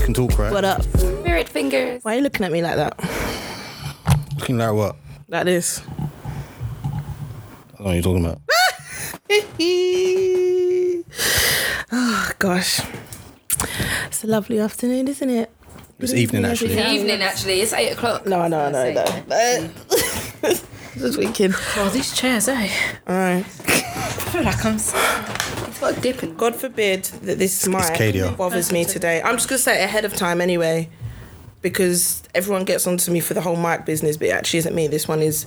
can talk, right? What up? Spirit fingers. Why are you looking at me like that? Looking like what? Like this. I don't know what you're talking about. oh gosh. It's a lovely afternoon, isn't it? It's evening, actually. Yeah. Evening, actually. It's eight o'clock. No, I know, I know, no. But- Just wicked. Oh, these chairs, eh? All I right. feel like I'm. s- It's got a dip in. God forbid that this mic Kadia. bothers me today. I'm just gonna say it ahead of time anyway, because everyone gets onto me for the whole mic business, but it actually isn't me. This one is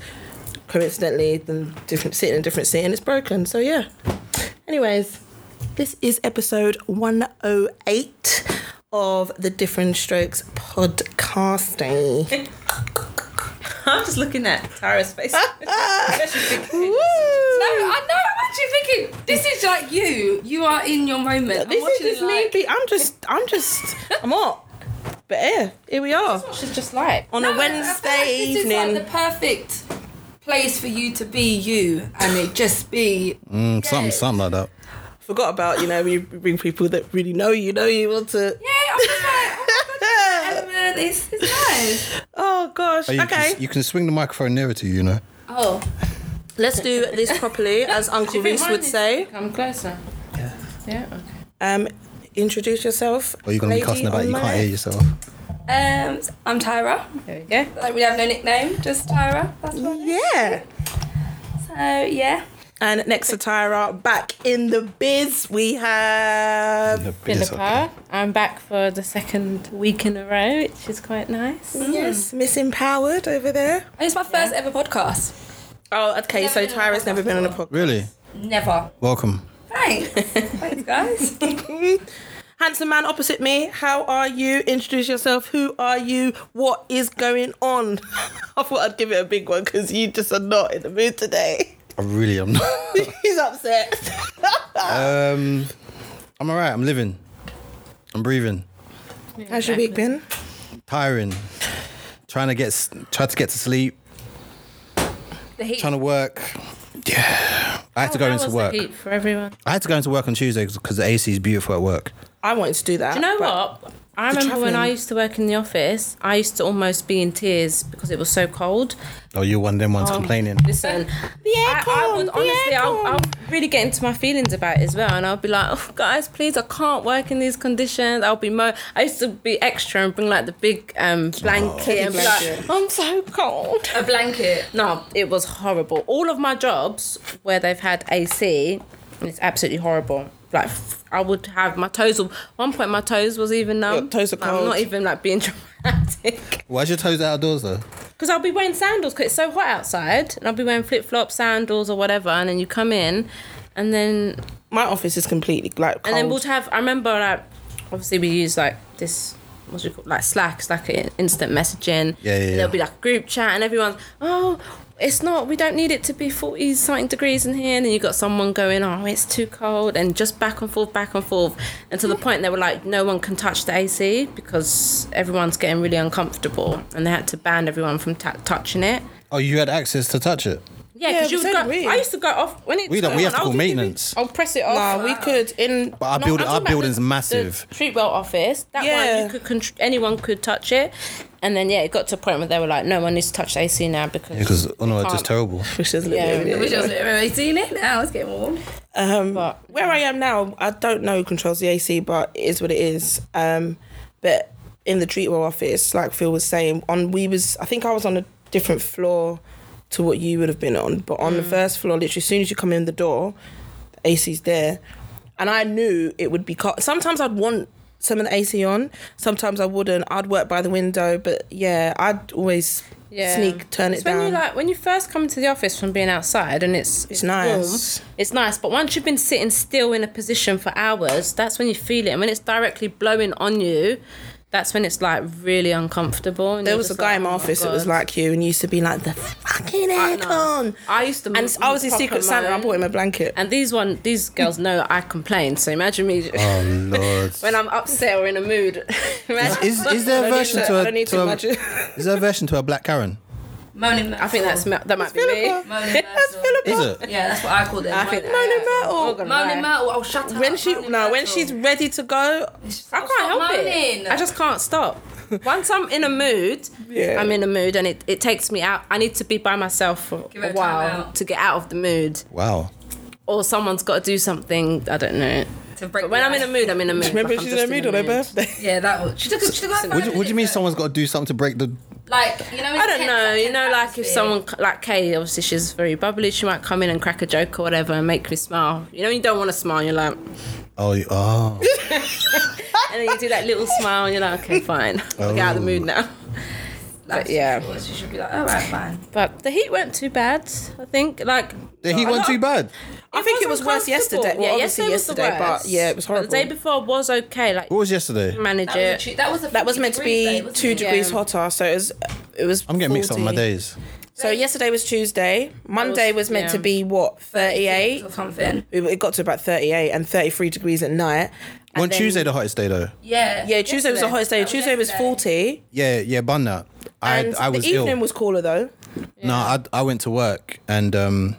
coincidentally the different sitting in a different seat and it's broken. So yeah. Anyways, this is episode 108 of the Different Strokes podcasting. I'm just looking at Tara's face. Ah! Woo! No, I know. I'm actually thinking this is like you. You are in your moment. I'm This is watching just it me. like, be- I'm just, I'm just, I'm up. But yeah, here we are. What she's just like On a I- I feel Wednesday like evening. This is like the perfect place for you to be you and it just be. Mm, something, something like that. forgot about, you know, we bring people that really know you, know you want to. Yeah, I'm just like. Oh my God, Element, it's, it's nice. Oh gosh. Oh, you okay. Can, you can swing the microphone nearer to you, you know. Oh, Let's do this properly, as Uncle Reese would say. Come closer. Yeah. Yeah. Okay. Um, introduce yourself. Or you're gonna be lady cussing about on it, you my can't hear yourself. Um, I'm Tyra. There we go. Like we have no nickname, just Tyra. That's left. what. Yeah. So yeah. And next to Tyra, back in the biz, we have. Philippa, I'm back for the second week in a row, which is quite nice. Yes, Miss Empowered over there. And it's my first ever podcast. Oh, okay. Never So been on a Tyra's never been on a podcast. Really? Never. Welcome. Thanks. Thanks, guys. Handsome man opposite me. How are you? Introduce yourself. Who are you? What is going on? I thought I'd give it a big one because you just are not in the mood today. I really am not. He's upset. um, I'm alright. I'm living. I'm breathing. How's your week been? Tiring. Trying to get, s- try to get to sleep. The heat. Trying to work. Yeah. I had to go How into Oh, was work. The heat for everyone. I had to go into work on Tuesday because the AC is beautiful at work. I wanted to do that. You know but- what? I remember when travelling. I used to work in the office, I used to almost be in tears because it was so cold. Oh, you're one of them ones complaining. Listen, The I, I aircon, would the honestly, I'll, aircon. I'll really get into my feelings about it as well, and I'll be like, oh, guys, please, I can't work in these conditions. I'll be mo. I used to be extra and bring like the big um Oh. blanket and be like, I'm so cold. A blanket. No, it was horrible. All of my jobs where they've had AC, it's absolutely horrible. Like f- I would have my toes. One point, my toes was even numb. Your toes are Like, I'm cold. not even like being dramatic Why's your toes outdoors though? because I'll be wearing sandals because it's so hot outside, and I'll be wearing flip flops, sandals, or whatever. And then you come in, and then My office is completely like cold. and then we'll have. I remember like obviously we use like this. What's it called? Like Slack, it's like i- instant messaging. Yeah, yeah, And yeah. There'll be like a group chat, and everyone's oh. It's not. We don't need it to be forty something degrees in here, and then you got someone going, "Oh, it's too cold," and just back and forth, back and forth, and to the point they were like, "No one can touch the AC because everyone's getting really uncomfortable," and they had to ban everyone from ta touching it. Oh, you had access to touch it. Yeah, Yeah, because but you would so go. do we. I used to go off when it. We don't- we have to call maintenance. I'll press it off. Nah, we could in. But our, Oh, No, build, I'm our talking about building's the- massive. The Treatwell office. That one, Yeah. you could contr- anyone could touch it, and then yeah, it got to a point where they were like, no one needs to touch the AC now because Because oh no, it's can't- just terrible. Which is Yeah. yeah. Which I was already seen it now. It's getting warm. Um, But- where I am now, I don't know who controls the AC, but it is what it is. Um, but in the treatwell office, like Phil was saying, on we was I think I was on a different floor to what you would have been on, but on the Mm. first floor, literally as soon as you come in the door, the AC's there, and I knew it would be cut. Sometimes I'd want some of the AC on, sometimes I wouldn't. I'd work by the window, but yeah, I'd always sneak turn it It's down. When you like when you first come into the office from being outside and it's it's, nice. warm, it's nice. But once you've been sitting still in a position for hours, that's when you feel it. And when it's directly blowing on you, that's when it's like really uncomfortable. and There you're was a just guy like, in my "Oh office that was God." like you and used to be like the fucking I aircon. know. I used to. And I was in proper Secret Santa. I moan. bought him a blanket. And these one, these girls know I complain. So imagine me Oh lord. when I'm upset or in a mood. is, is there a I don't need version to- to I a, don't need to to a- imagine. is there a version to a black Karen? Moaning Myrtle. I think that's that might be me. Philippa. Moaning That's Myrtle. Philippa. Is it? Yeah, that's what I call it. I think Moaning that- Myrtle. I'm not gonna lie. Moaning Myrtle. Oh, shut up. When she Moaning no, when Myrtle. she's ready to go, She's I like, can't "Stop help moaning." it. I just can't stop. Once I'm in a mood, Yeah. I'm in a mood, and it, it takes me out. I need to be by myself for Give her a a while timeout. to get out of the mood, Wow. or someone's got to do something. I don't know. to break. But when the I'm in a ice. mood, I'm in a mood. remember Like, I'm she's in just her mood on her birthday. Yeah, that was. She took. a- She took. a What do, what do you mean someone's got to do something to break the. Like you know. when it's I don't tense, know. that You know, tense like if atmosphere. someone like Kay, obviously she's very bubbly. She might come in and crack a joke or whatever and make me smile. You know, you don't want to smile. You're like, and Oh, you- oh. then you do that little smile, and you're like, okay, fine, I'll get out of the Oh. mood now. Like, But yeah. She should be like, all right, fine. But the heat weren't too bad. I think like The heat wasn't too bad. I think it was worse uncomfortable. yesterday. Well, obviously yesterday, but yeah, it was But the day horrible. before was okay. Like What was yesterday? manage That it. was, a, tu- that was a That was 50 meant to degrees be day, wasn't two it? degrees Yeah. hotter, so it was. It was. I'm getting mixed up on my 40. days. So yesterday was Tuesday. Monday was meant yeah. to be what uh, E thirty-eight. or something. It it got to about thirty-eight and thirty-three degrees at night. And On then- Tuesday, the hottest day, though. Yeah. Yeah, Tuesday was the hottest day. Tuesday was forty, Yeah, yeah, bun that. I, and I was the evening ill. was cooler though. No, I, I went to work and um,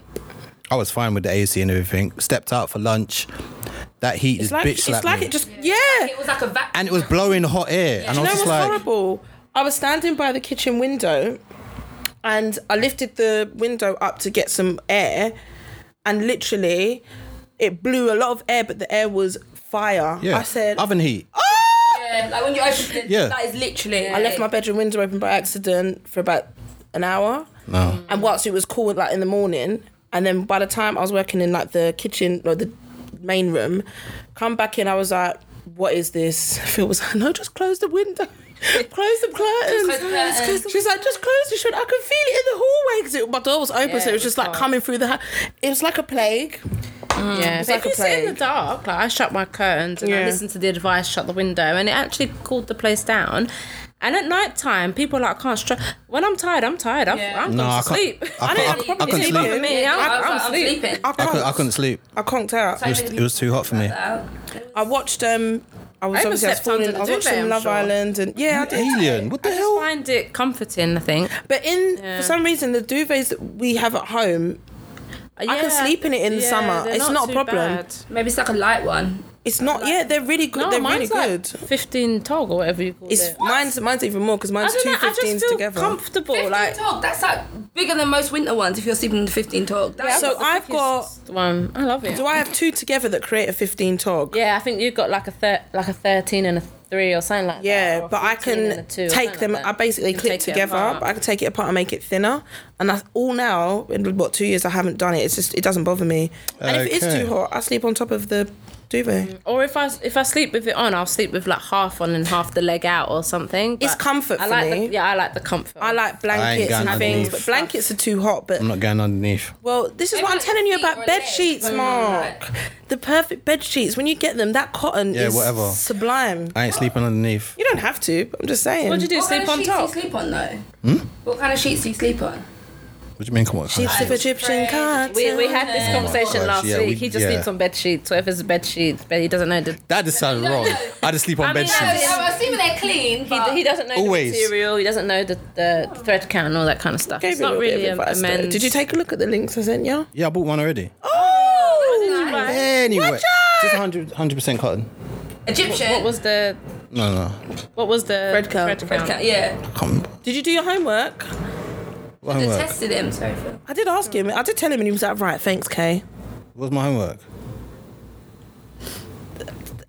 I was fine with the AC and everything. Stepped out for lunch. That heat It's just like bitch it's slapped like me. it just yeah. It was like a vacuum. and it was blowing hot air, and I No, was it just was like, horrible. I was standing by the kitchen window and I lifted the window up to get some air and literally it blew a lot of air, but the air was fire. yeah, I said, "Oh, "Ah!" oven heat. Yeah, like when you open it, Yeah. that is literally. I left my bedroom window open by accident for about an hour. No, And whilst it was cool, like in the morning, and then by the time I was working in like the kitchen or the main room, come back in, I was like, what is this? Phil was like, no, just close the window. close the curtains. close the curtains. Close the- She's like, just close it. She went, I could feel it in the hallway because my door was open, Yeah, so it was it just was like dark. coming through the. Ha- it was like a plague. Yeah, but like if a you sit in the plague. dark, like I shut my curtains and Yeah. I listened to the advice, shut the window, and it actually cooled the place down. And at night time, people are like, I can't str When I'm tired, I'm tired. I'm, Yeah. I'm No, going I to can't- I sleep. I can't- don't I have can't- I problems. couldn't For sleep. me, Yeah, I I'm, was I'm like, I'm sleeping. sleeping. I I, conked, could, I couldn't sleep. I conked out. It was, it was too hot for me. Out. I watched um. I was I obviously I was overslept under falling. the I was watching duvet, I'm Love sure. Island and yeah, I did. Alien, what the I just hell? find it comforting, I think. But in Yeah. for some reason the duvets that we have at home, I can sleep in it in the summer. they're It's not a too problem. bad. Maybe it's like a light one. it's not. Yeah, they're really good. No, they're really mine's like good. 15 tog or whatever you call It's it. mine's mine's even more because mine's I two don't know, I just 15s feel together. comfortable. 15 Like, tog. That's like bigger than most winter ones. If you're sleeping in the 15 tog. That's so so I've got. one. I love it. Do I have two together that create a 15 tog? Yeah, I think you got like a thir- like a thirteen and a three or something like that. Yeah, or a but I 15 and can a two or take something them. like I that. basically You can clip take it together, apart. but I can take it apart and make it thinner. And that's all now. In what two years I haven't done it. It's just it doesn't bother me. And if it is Okay. too hot, I sleep on top of the duvet. or if I if I sleep with it on, I'll sleep with like half on and half the leg out or something. It's but comfort I for like me. The, yeah, I like the comfort. I like blankets going and things, underneath. but blankets are too hot. But I'm not going underneath. Well, this is Maybe what I'm like telling you feet or about a bed leg. sheets, Mm. Mark. The perfect bed sheets. When you get them, that cotton Yeah, is whatever. sublime. I ain't sleeping underneath. You don't have to. But I'm just saying. What do you do? What sleep kind on of top. sheets do you sleep on though? Hmm? What kind of sheets do you sleep on? What do you mean? Come on. Sheets of Egyptian Fred. cotton. We, we had this Oh my conversation gosh, last yeah, week. we- he just yeah. sleeps on bed sheets. Whatever's a bed sheet, but he doesn't know the. that just sounded wrong. I just sleep on bed mean, No, I- sheets. I'm assuming they're clean. But He, he doesn't know Always. the material. He doesn't know the, the thread count and all that kind of stuff. Gave it's you a not little bit really of a, a advice, though. men's. Did you take a look at the links I sent you? Yeah, I bought one already. Did you Oh, buy- Anyway, Watch just 100 percent cotton. Egyptian. What was the No, no. what was the Thread count. Red cat, yeah. Come. Did you do your homework? What Oh, I homework? tested him. Sorry, Phil. I did ask him. I did tell him, and he was like, "Right, thanks, Kay." What's my homework?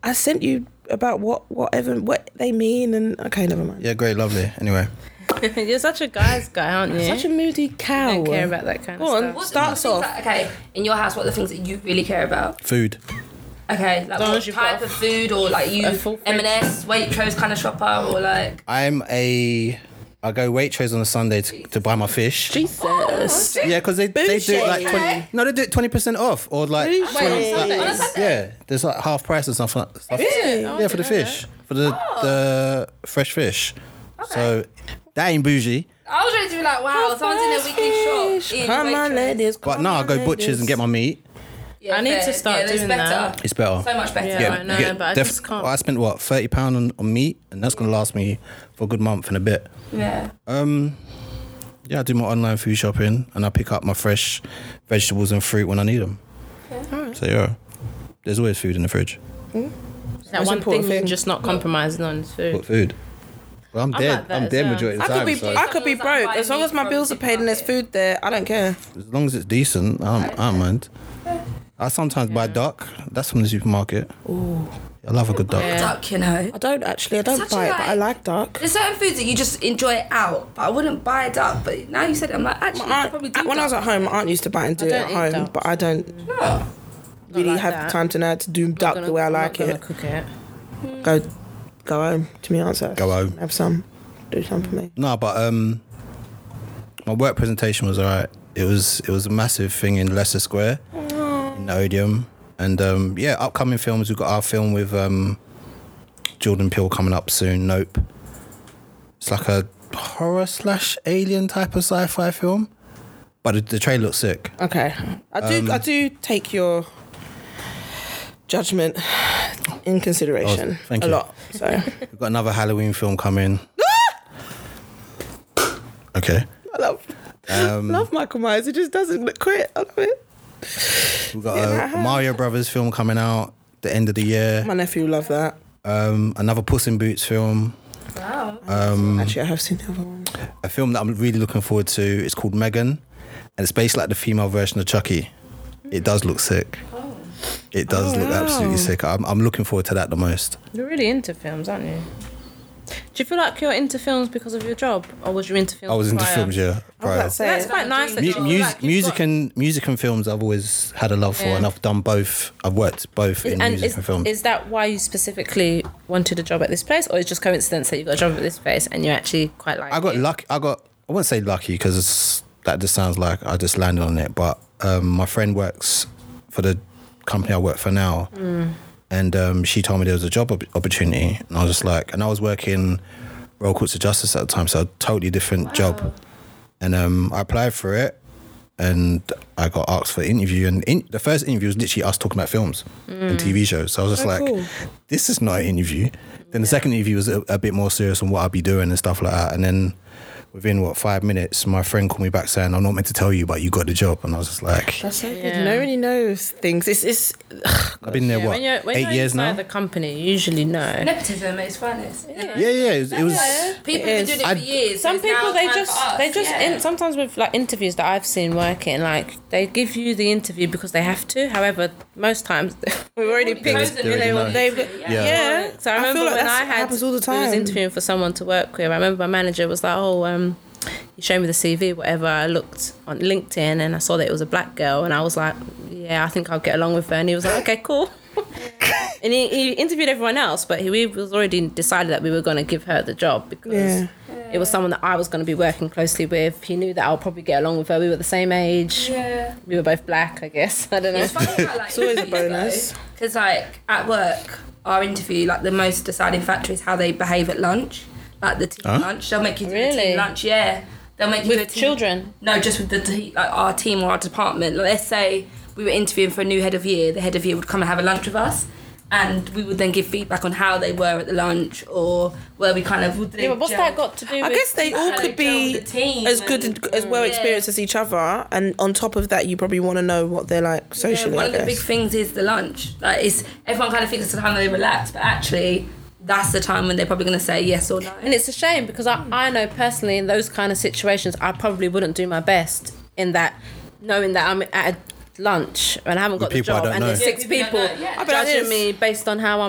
I sent you about what, whatever, what they mean, and okay, never mind. Yeah, great, lovely. Anyway, You're such a guy's guy, aren't you? Such a moody cow. don't care about that kind Go of on. stuff. What Starts what off- things that- okay, in your house, what are the things that you really care about? food. Okay, like long what as you've type got a- of food or like you a full fridge. M&S, Waitrose kind of shopper or like. I'm a. I go Waitrose on a Sunday to, to buy my fish. Oh, Jesus. Yeah, because they, they do it like Bullshit. twenty. No, they do it twenty percent off or like. 20, like- On a Sunday? yeah, there's like half price and stuff. Like, stuff. Really? Yeah, for the fish, for the the fresh fish. So that ain't bougie. I was ready to be like, wow, someone's in their weekly shop. in Come on, Waitrose. ladies. But come no, I on, go butchers ladies. and get my meat. Yeah, I need fair. to start yeah, that's doing better. that. It's better. So much better. Yeah, I know, but I just can't. I spent what thirty pound on, on meat, and that's gonna last me for a good month and a bit. Yeah. Um, Yeah, I do my online food shopping and I pick up my fresh vegetables and fruit when I need them. So yeah, there's always food in the fridge. That That's one thing, important you're thing. just not compromising on is food. What food? Well, I'm, dead. like that I'm as dead well. majority of I the could time. be so I could be broke as long as my bills are paid and there's food there. I don't care. as long as it's decent, I don't, I don't mind. I sometimes buy duck. That's from the supermarket. Ooh, I love a good duck. Yeah. duck, you know. I don't actually. I don't Such a buy it, but lie. I like duck. There's certain foods that you just enjoy it out, but I wouldn't buy a duck. But now you said it, I'm like, actually, I My could probably aunt, do when I was duck. at home, my aunt used to buy and do it don't at eat home, duck. but I don't really like have that. the time to know how to do duck the way I like I'm not it. gonna cook it. Go, go home. To me, answer. Go home. Have some. Do some for me. No, but um, my work presentation was alright. It was it was a massive thing in Leicester Square, in the Odeum, and um, yeah, upcoming films. We've got our film with um, Jordan Peele coming up soon. Nope. It's like a horror slash alien type of sci-fi film, but the, the trailer looks sick. Okay. I do. Um, I do take your judgment in consideration Oh, thank a you. lot. So We've got another Halloween film coming. okay. I love. Um, love Michael Myers. He just doesn't look quit. I love it. We've got Yeah, I a have. Mario Brothers film coming out the end of the year. My nephew loved that. Um, another Puss in Boots film. Um, Actually, I have seen the other one. a film that I'm really looking forward to. It's called Megan, and it's basically like the female version of Chucky. It does look sick. Oh. It does look absolutely sick. I'm, I'm looking forward to that the most. You're really into films, aren't you? Do you feel like you're into films because of your job, or was you into films? I was into prior? films, yeah. prior. That's That's it. quite nice. that Mu- you feel music, like you've music, got- and music and films. I've always had a love for, Yeah. and I've done both. I've worked both in and music is, and film. is that why you specifically wanted a job at this place, or is just coincidence that you got a job at this place and you actually quite like? I got it? lucky. I got. I wouldn't say lucky because that just sounds like I just landed on it. But um, my friend works for the company I work for now, and um, she told me there was a job op- opportunity, and I was just like, and I was working Royal Courts of Justice at the time, so a totally different job, and um, I applied for it. And I got asked for an interview, and in, the first interview was literally us talking about films and TV shows. So I was just like, cool. "This is not an interview." Then the second interview was a, a bit more serious on what I'd be doing and stuff like that. And then within what five minutes, my friend called me back saying, "I'm not meant to tell you, but you got the job." And I was just like, That's so Yeah. good. Nobody knows things. It's it's "I've been there Yeah, what when you're, when eight you're years inside now." the company, you usually know. Nepotism at its finest. Yeah. yeah, yeah, it was. It was People have been doing it I- for years. Some so it's now people they time for just us. they just Yeah. in, sometimes with like interviews that I've seen working like they give you the interview because they have to. However, most times we've already picked. they already know. They've Yeah. yeah. So I I remember feel like when that's- I had happens all the We was time. interviewing for someone to work with. I remember my manager was like, "Oh, um, you showed me the CV, whatever." I looked on LinkedIn and I saw that it was a black girl, and I was like, "Yeah, I think I'll get along with her." And he was like, "Okay, cool." and he, he interviewed everyone else, but he we was already decided that we were going to give her the job because. Yeah. It was someone that I was going to be working closely with. He knew that I'll probably get along with her. We were the same age. Yeah. We were both black, I guess. I don't know. It's funny how, like, it's always a bonus. Because, like, at work, our interview, like, the most deciding factor is how they behave at lunch. Like, the team Huh? lunch. They'll make you do the Really? team lunch, yeah. They'll make you With do a team- children? No, just with the te- like our team or our department. Like, let's say we were interviewing for a new head of year. The head of year would come and have a lunch with us. And we would then give feedback on how they were at the lunch or where we kind of would they Yeah, but what's gel- that got to do with I guess they all could How be they gel with the team as good and, and- as well Yeah. experienced as each other, and on top of that, you probably want to know what they're like socially. Yeah, one I of the big guess. things is the lunch. Like, it's everyone kind of thinks it's the time they relax, but actually, that's the time when they're probably going to say yes or no. And it's a shame because I, I know personally in those kind of situations, I probably wouldn't do my best in that, knowing that I'm at a lunch and I haven't got the people I job don't and know. there's Yeah, six people you people don't know, yeah. I bet I judging just- me based on how I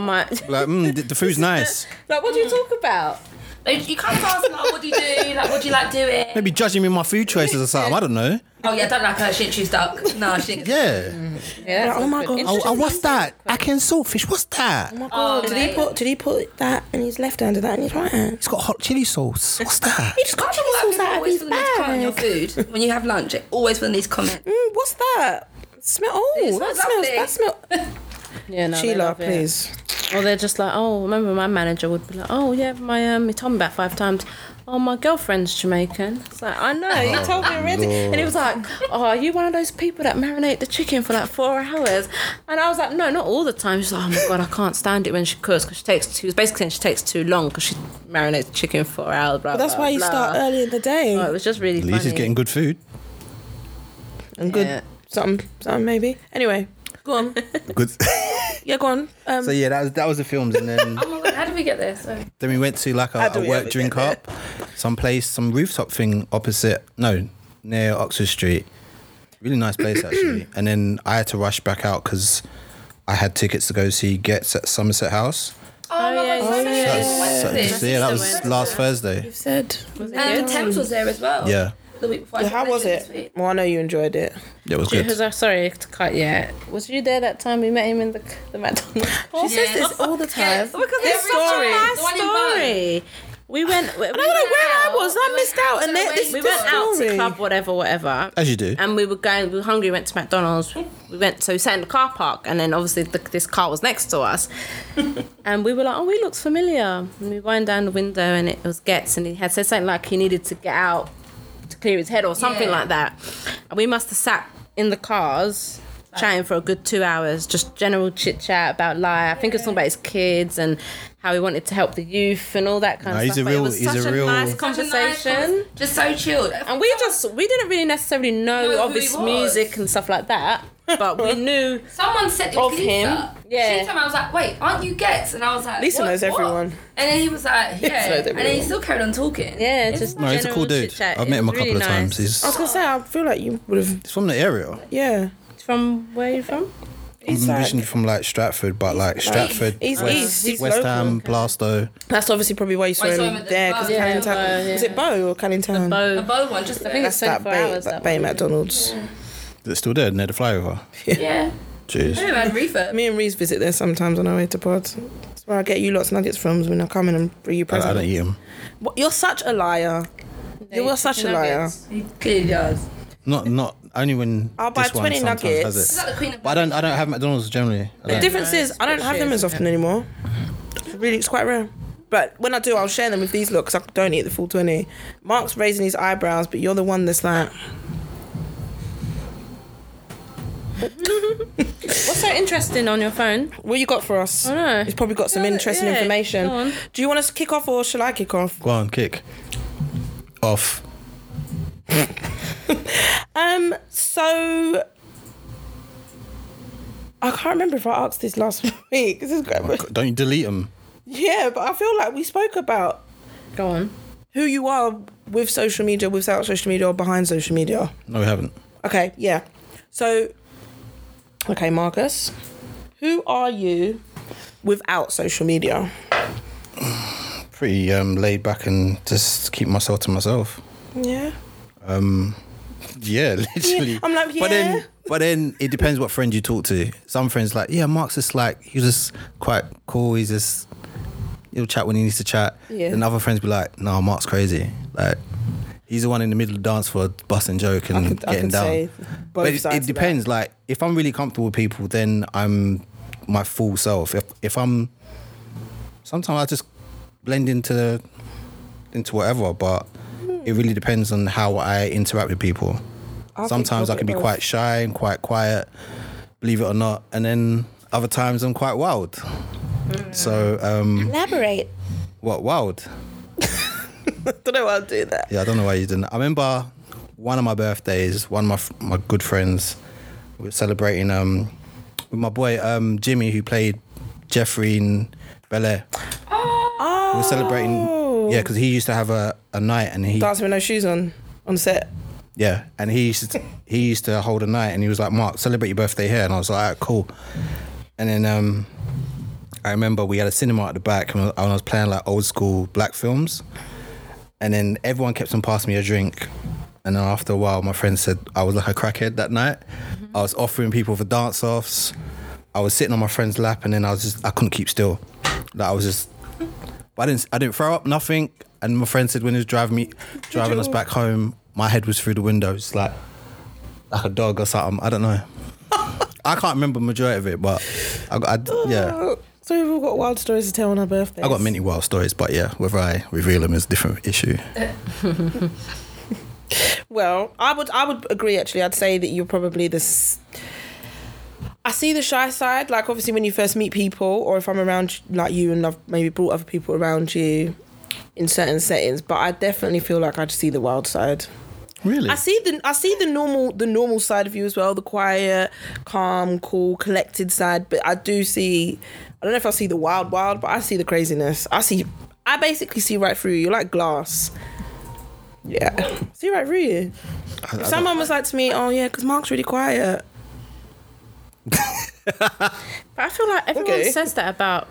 might. like, mm, the, the food's nice. like, what do you talk about? Like, you can't ask them, like, what do you do? Like, what do you like doing? Maybe judging me my food choices or something. I don't know. Oh, yeah, I don't like her. She, she's stuck. No, she didn't. Mm. Yeah. Yeah, that's oh my awkward. God. Oh, Interesting. oh, what's that? I can saltfish. What's that? Oh my god! Oh, did he mate. put? Did he put that in his left hand and that in his right hand? It's got hot chili sauce. What's that? He just got People chili sauce out of always his for the need to comment on your bag. food when you have lunch. It always for the need to comment. Mm, what's that? Smell? Oh, It that smells smells. lovely. That smell. Yeah, no, they Sheila, love it. please. Or they're just like, oh, remember my manager would be like, oh yeah, my um, he told me about five times. Oh, my girlfriend's Jamaican. It's like I know you told me already, and he was like, "Oh, are you one of those people that marinate the chicken for like four hours?" And I was like, "No, not all the time." She's like, "Oh my god, I can't stand it when she cooks because she takes." She was basically saying she takes too long because she marinates the chicken for four hours. Blah, But that's blah, why you blah. start early in the day Oh, it was just really At least funny. he's getting good food. and good yeah. something, something maybe. Anyway, go on. Good. Yeah, go on. Um, so yeah, that was that was the films, and then Oh my god, how did we get there? So then we went to like a, How do a we ever work get drink up, someplace, some rooftop thing opposite. No, near Oxford Street. Really nice place actually. And then I had to rush back out because I had tickets to go see Gets at Somerset House. Oh, my yeah, god, yeah, so many yeah. people went So, to this. so yeah, that was last Thursday. you've said. And Um, Thames was there as well. Yeah, The week before. I Yeah, took how was pictures this it? week. Well, I know you enjoyed it. it was It good. was, uh, sorry to cut you. out. Was you there that time we met him in the the McDonald's? She says this all the time. Because it's such a nice The one in Bali. We went. We, we I don't went know where I out. was. I missed out. And then this, We this went out to story. club, whatever, whatever. As you do. And we were going. We were hungry. Went to McDonald's. We went. So we sat in the car park, and then obviously the, this car was next to us, and we were like, "Oh, he looks familiar." And we wind down the window, and it was Getz, and he had said something like he needed to get out to clear his head or something Yeah. like that. And we must have sat in the cars chatting for a good two hours, just general chit chat about life. I think it was talking about his kids and how he wanted to help the youth and all that kind No, of he's stuff. a But real- it was he's such a a, real- nice Such a nice conversation. conversation. Just so chilled. and we just we didn't really necessarily know, Know who obvious he was. music and stuff like that, but we knew Someone said it Of was him, Lisa. yeah. She told me, I was like, wait, aren't you Gets? And I was like, Lisa "What- knows what?" everyone. And then he was like, yeah. knows and then he everyone. still carried on talking. yeah, just No, he's a cool general dude. chit-chat. I've It met him a was couple really of times. nice. I He's, was gonna say, I feel like you would have. he's from the area. Yeah, from where are you from? he's I'm like, originally from like Stratford, but like Stratford, he's West, east. He's West local. Ham, Blasto. That's obviously probably why you saw Why you saw him him at the there bar. because Yeah, Canning the bar, Town. yeah. Was it Bow or Canning Town? A Bow. bold one, just I think think it's That's that 24 Bay, hours, that that Bay one. McDonald's. It's still there near the flyover. yeah. Jeez. Anyway, I had refurb. Me and Reese visit there sometimes on our way to pods. That's where I get you lots of nuggets from when I come in and bring you I, I presents. don't eat him. What- You're such a liar. You are such a liar. He clearly does. Is Not not only when I'll buy this one 20 sometimes nuggets. has it. that the Queen of But I don't I don't have McDonald's generally. I The don't. difference No, is it's I don't have them shit, as often anymore. Really, it's quite rare. But when I do, I'll share them with these lot 'cause I don't eat the full 20. Mark's raising his eyebrows, but you're the one that's like, What's so interesting on your phone? what you got for us? I know. He's probably got some Yeah, interesting yeah, information. go on. Do you want us to kick off or shall I kick off? Go on, kick. Off. Um, so I can't remember if I asked this last week. This is great. Don't you delete them. Yeah, but I feel like we spoke about Go on. who you are with social media, without social media, or behind social media. No, we haven't. Okay, yeah. So, okay, Marcus, who are you without social media? Pretty um, laid back and just keep myself to myself. Yeah. Yeah, literally. Yeah, I'm like, But yeah. then, but then it depends what friend you talk to. Some friends like, yeah, Mark's just like he's just quite cool. He's just he'll chat when he needs to chat. Yeah. And other friends be like, no, Mark's crazy. Like he's the one in the middle of the dance for a busting joke and could- I getting could down. say both but it, sides it of that. depends. Like if I'm really comfortable with people, then I'm my full self. If if I'm sometimes I just blend into into whatever, but it really depends on how I interact with people. think Sometimes I'll I can be be both. quite shy and quite quiet, believe it or not, and then other times I'm quite wild. Mm. So um, Elaborate. what wild? don't know why I do that. Yeah, I don't know why you didn't. I remember one of my birthdays, one of my f- my good friends we were celebrating um, with my boy um, Jimmy, who played Jeffrey in Bel Air. Oh, We were celebrating, yeah, because he used to have a, a night and he dancing with no shoes on on set. Yeah, and he used to, he used to hold a night, and he was like, "Mark, celebrate your birthday here," and I was like, Alright, "Cool." And then um, I remember we had a cinema at the back, and I was playing like old school black films, and then everyone kept on passing me a drink. And then after a while, my friend said I was like a crackhead that night. I was offering people for dance offs. I was sitting on my friend's lap, and then I was just I couldn't keep still. Like I was just, but I didn't I didn't throw up nothing. And my friend said when he was driving me, driving us back home, my head was through the window, just like like a dog or something. I don't know. I can't remember majority of it, but I, I yeah. So we've all got wild stories to tell on our birthdays. I got many wild stories, but yeah, whether I reveal them is a different issue. Well, I would I would agree actually. I'd say that you're probably this. I see the shy side, like obviously when you first meet people, or if I'm around like you and I've maybe brought other people around you in certain settings. But I definitely feel like I just see the wild side. Really? I see the I see the normal the normal side of you as well, the quiet, calm, cool, collected side. But I do see I don't know if I see the wild wild, but I see the craziness. I see I basically see right through you. You're like glass. Yeah. See right through you. If someone was like to me, oh yeah, because Mark's really quiet. But I feel like everyone Okay. says that about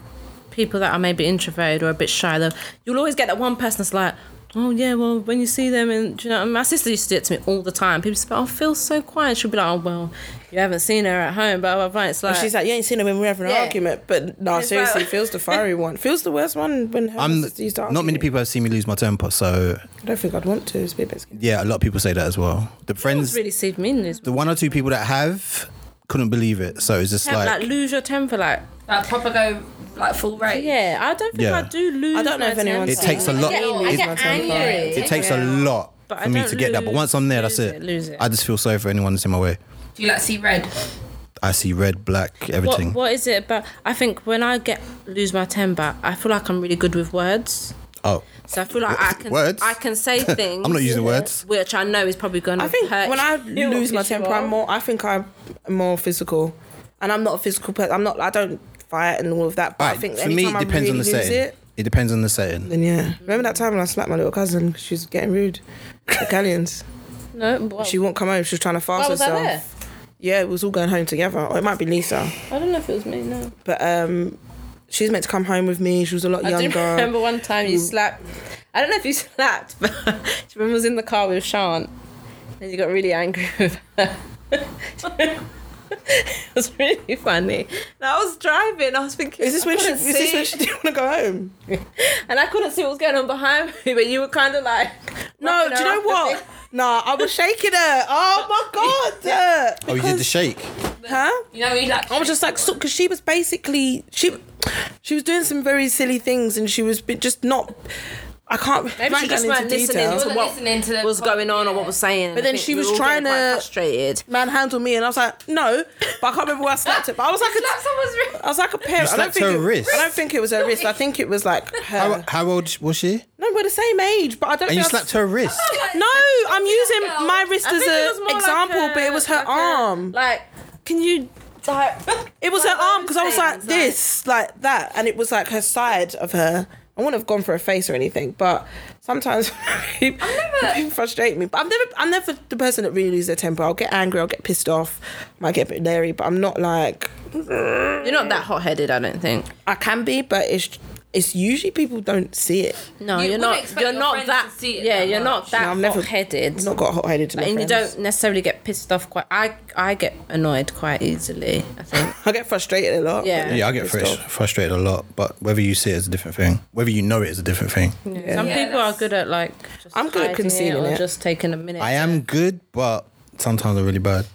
people that are maybe introverted or a bit shy. Though you'll always get that one person that's like, "Oh yeah, well when you see them," and do you know, and my sister used to do it to me all the time. People say, "Oh, Phil's so quiet." She'll be like, "Oh well, you haven't seen her at home," blah blah blah. It's like, And she's like, you ain't seen her when we're having an Yeah. argument. But no, It's seriously, like- Phil's the fiery one. Phil's the worst one when her I'm sister used to argue not many with me. people have seen me lose my temper, so I don't think I'd want to. It's a bit bit scary. yeah, a lot of people say that as well. The friends, "It's really saved me in this." the one or two people that have, couldn't believe it. So it's just Have, like, like, lose your temper, like Like proper go like full rate. yeah. I don't think Yeah. I do lose. I don't know my if anyone's it temper. seen takes a I lot. get- I it- get angry. It takes a lot But I for me don't to get that. But lose- once I'm there, that's lose it. it, lose it. I just feel sorry for anyone that's in my way. Do you like see red? I see red, black, What, everything. what is it about? I think when I get lose my temper, I feel like I'm really good with words. Oh, So I feel like I can Words? I can say things. I'm not using words. which I know is probably going to I think hurt. when I you lose my because you temper, are. I'm more. I think I'm more physical, and I'm not a physical person. I'm not. I don't fight and all of that. But I Alright, think for me, it anytime depends I really on the lose setting. It. it, depends on the setting. then yeah. Remember that time when I slapped my little cousin because she was getting rude. Italians. No, well, She won't come home. She was trying to fast why was I herself. there? Yeah, it was all going home together. Or it might be Lisa, I don't know if it was me. No, but um, she was meant to come home with me. She was a lot I do younger. remember one time you slapped. I don't know if you slapped, but do you remember I was in the car with Sean, and you got really angry with her. it was really funny. And I was driving. I was thinking, Is this I when she? couldn't Is this see. when she didn't want to go home? and I couldn't see what was going on behind me, but you were kind of like, No. rocking Do you her know up a what? bit. Nah, I was shaking her. Oh my god. uh, Oh, you did the shake. Huh? You know you like I was just like, because she was basically she, she was doing some very silly things, and she was be- just not. I can't. Maybe without she just going into weren't listening detail. to Wasn't what listening to the was going on or what was saying. But I then think she we was were all trying getting quite to- frustrated. Man handled me, and I was like, no. But I can't remember where I slapped it. But I was like, Slap a, someone's wrist. I was like a pair. I don't slapped think her it, wrist? I don't think it was her wrist. I think it was like her. How, how old was she? no, we're the same age, but I don't. And you think I- slapped her wrist. No, I'm using girl. my wrist I as think it was an more like example, a- but it was her like a- arm. like, can you? Like, It was Like her arm those because I was like things, like- this, like that, and it was like her side of her. I wouldn't have gone for her face or anything, but sometimes people, frustrate me. But I'm never, I'm never the person that really loses their temper. I'll get angry, I'll get pissed off, might get a bit leery, but I'm not like you're not that hot-headed, I don't think. I can be. But it's it's usually people don't see it. No, You you are wouldn't not. expect You're your not friends that. to see it yeah, that you're much. not that No, I'm never- hot-headed, I've not got hot headed, and you don't necessarily get pissed off quite. I I get annoyed quite easily. I think. I get frustrated a lot. Yeah. Yeah, I get Pissed frus- off. frustrated a lot, but whether you see it is a different thing. Whether you know it is a different thing. Some Yeah, people are that's- good at like. Just I'm good at hiding it concealing or it. Just taking a minute. I am good, but sometimes I'm really bad.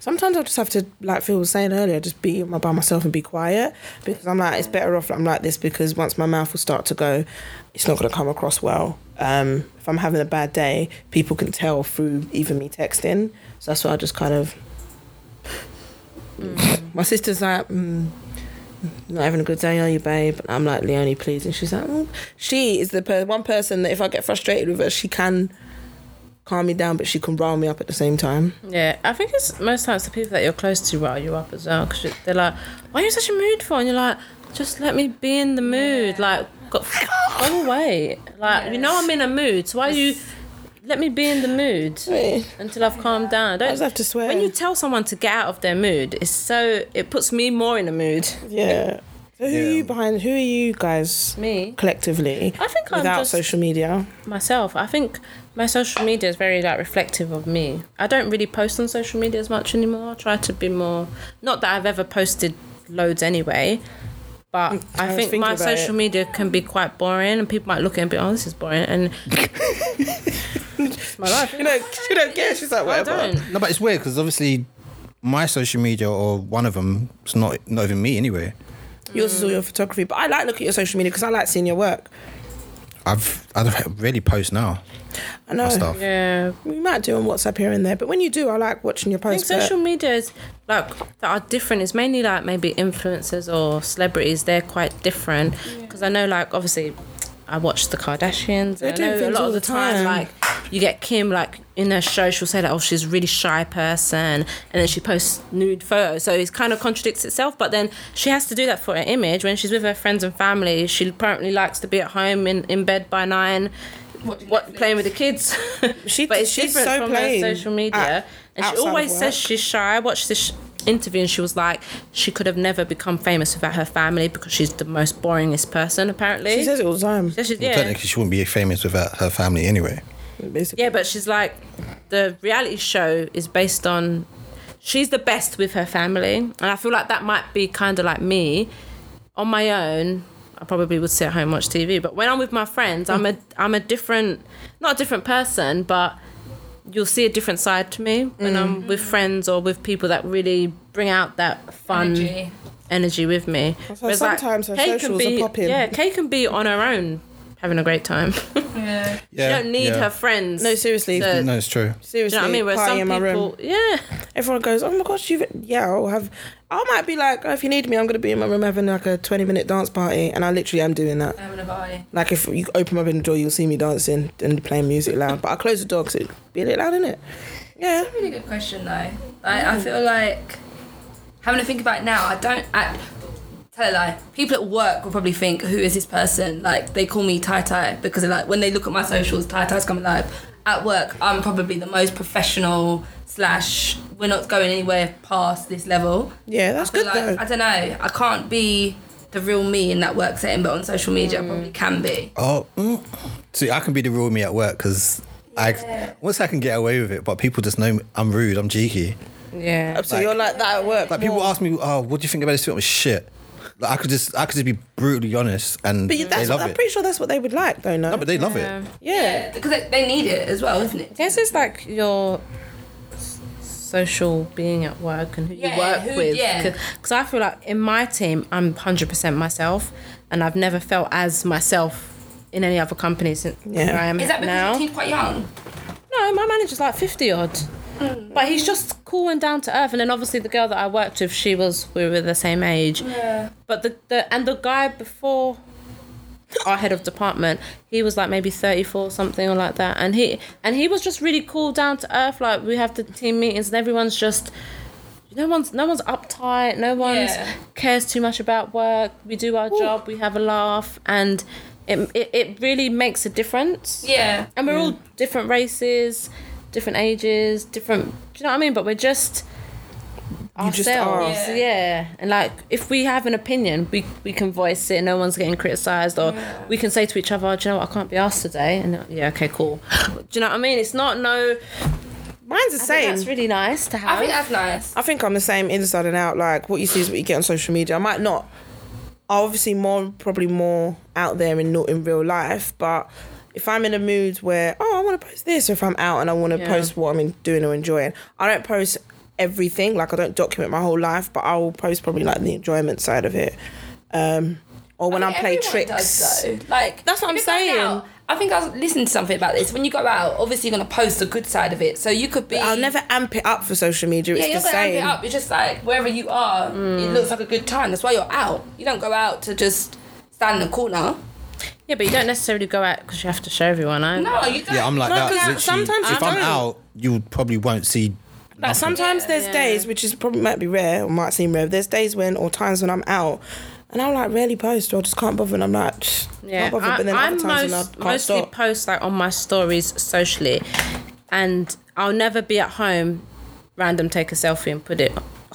Sometimes I just have to, like Phil was saying earlier, just be my- by myself and be quiet because I'm like, it's better off I'm like this because once my mouth will start to go, it's not going to come across well. Um, if I'm having a bad day, people can tell through even me texting. So that's why I just kind of. My sister's like, mm, not having a good day, are you, babe? And I'm like, Leonie, please. And she's like, mm. she is the per- one person that if I get frustrated with her, she can calm me down, but she can rile me up at the same time. Yeah, I think it's most times the people that you're close to rile you up as well because they're like, "Why are you in such a mood for?" And you're like, "Just let me be in the mood. Like, go, go away. Like, you know I'm in a mood. So why you let me be in the mood Right. until I've calmed down? I don't just have to swear. When you tell someone to get out of their mood, it's so it puts me more in a mood. Yeah. So who are you behind? Who are you guys Me. collectively? I think I'm without just- social media. myself. I think my social media is very like reflective of me. I don't really post on social media as much anymore. I try to be more not that I've ever posted loads anyway. But I, Mm, was think thinking my about social it. media can be quite boring and people might look at it and be, Oh, this is boring and it's my life. You know, she don't care. She's like I whatever. don't. No, but it's weird because obviously my social media or one of them, it's not not even me anyway. Yours is all your photography, but I like looking at your social media because I like seeing your work. I've I don't really post now I know my stuff. Oh, Yeah. we might do on WhatsApp here and there, but when you do, I like watching your I think posts. but- social media is like that are different. It's mainly like maybe influencers or celebrities. They're quite different because I know like obviously I watch the Kardashians. They're doing and I know a things lot all of the the time. time, like you get Kim like in her show, she'll say that oh she's a really shy person, and then she posts nude photos. So it kind of contradicts itself. But then she has to do that for her image when she's with her friends and family. She apparently likes to be at home in, in bed by nine. What playing with the kids? She- but it's she's different so from her plain social media, at- and she outside of always work. says she's shy. I watched this interview and she was like, she could have never become famous without her family because she's the most boringest person, apparently. she says it all the time. So she's- Well, yeah. Technically, she wouldn't be famous without her family anyway. Basically. yeah, but she's like, the reality show is based on, she's the best with her family. And I feel like that might be kind of like me on my own. I probably would sit at home and watch TV, but when I'm with my friends, I'm a I'm a different, not a different person, but you'll see a different side to me when Mm. I'm with friends or with people that really bring out that fun Energy. energy, with me. Whereas, like, sometimes her Kay socials can are be, popping. Yeah, Kay can be on her own having a great time. Yeah. Yeah, you don't need yeah. her friends. No, seriously. to- No, it's true. do you Seriously, know what I mean? Where party some in my room. people, yeah, everyone goes, "Oh my gosh, you've yeah." I'll have. I might be like, oh, "If you need me, I'm gonna be in my room having like a 20 minute dance party," and I literally am doing that. I'm gonna buy. Like if you open my bedroom door, you'll see me dancing and playing music loud. But I close the door because it'd be a bit loud, innit? Yeah. Really good question though. Like, I feel like having to think about it now. I don't. I, tell a lie. People at work will probably think, "Who is this person?" Like they call me Tai Tai because they're like when they look at my socials, Tai Tai's come alive. At work, I'm probably the most professional slash. We're not going anywhere past this level. Yeah, that's I feel good like, though. I don't know. I can't be the real me in that work setting, but on social media, Mm. I probably can be. Oh, mm. see, I can be the real me at work because I once I can get away with it, but people just know I'm rude, I'm cheeky. yeah. so you're like that at work. Like people more. ask me, "Oh, what do you think about this film?" Shit, like, I could just I could just be brutally honest, and But you- they that's love what, I'm it. pretty sure that's what they would like, though. No. No, but they love it. yeah. Because they, they need it as well, isn't it? I guess it's like your s- social being at work and who Yeah, you work who- with. yeah. Because I feel like in my team, I'm 100% myself, and I've never felt as myself in any other company since Yeah. where I am Is that because now. your team's quite young? No, my manager's like 50 odd. Mm. But he's just cool and down to earth. And then obviously the girl that I worked with, she was, we were the same age. Yeah. But the, the and the guy before our head of department, he was like maybe 34 something or like that. And he and he was just really cool, down to earth. Like we have the team meetings and everyone's just no one's no one's uptight, no one's Yeah. cares too much about work. We do our job, we have a laugh and it, it, it really makes a difference. Yeah. And we're all different races, different ages, different. Do you know what I mean? But we're just just ourselves. are. yeah. Yeah. And like, if we have an opinion, we we can voice it. No one's getting criticised, or we can say to each other, "Do you know what? I can't be asked today." And they're like, yeah, okay, cool. Do you know what I mean? It's not no. Mine's the I think same. That's really nice to have. I think that's nice. I think I'm the same inside and out. Like what you see is what you get on social media. I might not. I'm obviously more probably more out there in not in real life, but if I'm in a mood where oh I want to post this, or if I'm out and I want to Yeah. post what I'm in, doing or enjoying, I don't post everything. Like I don't document my whole life, but I will post probably like the enjoyment side of it, um, or when I, mean, play everyone tricks. does, though. like That's what I'm if you're going saying. out- I think I was listening to something about this. When you go out, obviously you're gonna post the good side of it. So you could be. I'll never amp it up for social media. It's Yeah, you're the gonna amp same. it up. It's just like wherever you are, it looks like a good time. That's why you're out. You don't go out to just stand in the corner. yeah, but you don't necessarily go out because you have to show everyone. I No, you don't. Yeah, I'm like No, 'cause that. Sometimes sometimes if I I'm don't. out, you probably won't see. Like Uh, sometimes there's days, which is probably might be rare or might seem rare. There's days when or times when I'm out, and I'll like rarely post or I just can't bother, and I'm like, "Tch, Yeah, can't bother. but then I, other am times when I most, can't mostly stop. post like on my stories socially, and I'll never be at home. Random take a selfie and put it.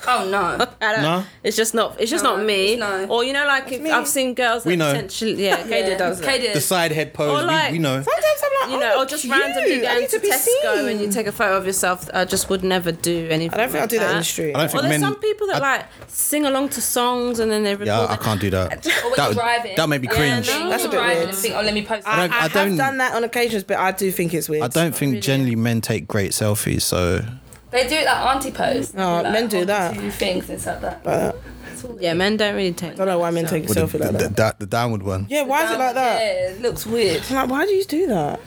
Oh no. I don't, No? it's just not. It's just No, not me. it's not. Or you know, like if me. I've seen girls We that know. potentially. Yeah, Kader does it. Katie. The side head pose, Or like- we, we know. Sometimes I'm like, You know, oh, or just cute. randomly I going need to, to be Tesco seen. and you take a photo of yourself. I just would never do anything. I don't think like I'll do that in the street. I don't Or think there's men. some people that I- like sing along to songs and then they record. Yeah, I it. can't do that. Or when That you're would- driving. that made me Yeah, cringe. no, That's a you're bit driving weird. and think, oh, let me post. I, I, don't- I have don't- done that on occasions, but I do think it's weird. I don't think generally men take great selfies, so They do it like auntie pose. Oh, Like, men do hold that. Two things and stuff like that. But That's all. Yeah, men don't really take. I don't know why men take a With the, selfie like the, that. da- the downward one. Yeah, why is it like that? Yeah, it looks weird. I'm like, why do you do that?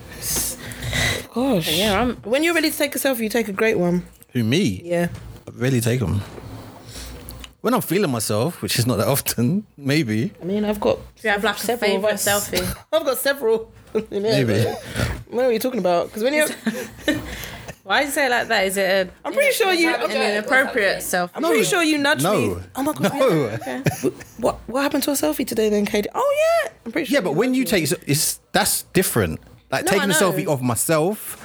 Gosh. Yeah, I'm. When you're ready to take a selfie, you take a great one. Who me? Yeah. Really take them. When I'm feeling myself, which is not that often, maybe, I mean, I've got. Do you have like a Several of favorite us. selfie? I've got several. Yeah, maybe. but What are you talking about? Because when you're, Why do you say it like that? Is it a, I'm pretty sure you. an I'm, inappropriate selfie? I'm pretty sure you nudged No. me. Oh my god. No. What What happened to a selfie today then, Katie? Oh yeah. I'm pretty sure. Yeah, but when you take it's that's different. Like No, taking I a know. selfie of myself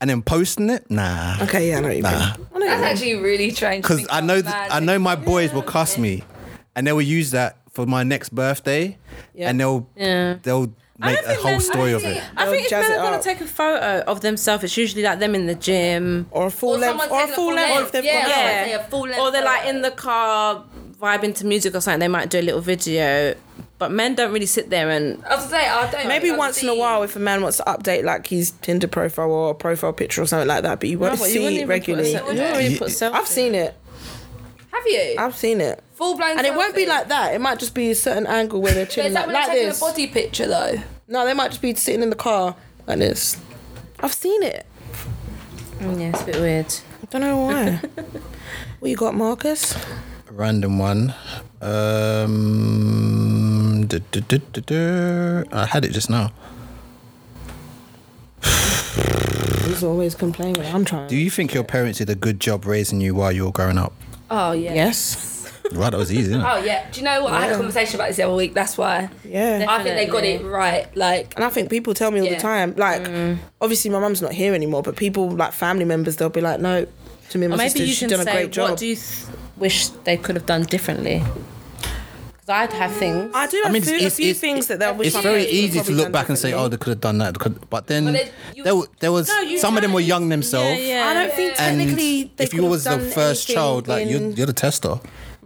and then posting it, nah. Okay, yeah, I know what you mean. Nah. I know what That's you mean. actually really strange. Because I know th- I know my boys will cuss me, and they will use that for my next birthday, and they'll Yeah. theyll I make don't a think whole men- story I of think- it. I They'll think if jazz men it are gonna up. take a photo of themselves, it's usually like them in the gym, Or a full Or length. someone's Or a taking a full full length. length. If they've Yeah. got I was gonna yeah, say a full-length or they're like photo. in the car vibing to music or something. They might do a little video, but men don't really sit there and I was gonna say, I don't. Maybe like once in a seeing- while, if a man wants to update like his Tinder profile or a profile picture or something like that, but you No, won't but Oh, you see wouldn't it even put a regularly. selfie- you wouldn't really put a selfie. I've seen it. Have you? I've seen it. Full blown. And it won't be selfie. like that. It might just be a certain angle where they're But chilling is that like, when they're like this. taking a body picture though? No, they might just be sitting in the car like this. I've seen it. Mm, yeah, it's a bit weird. I don't know why. what you got, Marcus? Random one. Um, duh, duh, duh, duh, duh. I had it just now. He's always complaining. I'm trying. Do you think your parents did a good job raising you while you were growing up? Oh yeah. yes. Right, that was easy. Isn't it? Oh yeah. Do you know what? I had a conversation about this the other week. That's why. Yeah. I think they got it right. Like And I think people tell me all Yeah. the time, like, obviously my mum's not here anymore, but people, like family members, they'll be like, no, to me and Or my maybe sister, you she's should done a say great job. what do you th- wish they could have done differently. Because I'd have things. I do I have mean, few- it's- a few it's- things that they'll wish It's my very parents would easy to probably look done back and say, "Oh, differently. they could have done that," they could- but then But it- you- there, were- there was you some of them were can't- young themselves. yeah. I don't think "Oh, And technically they if could you have was the done first anything child, like you're, in you're the tester.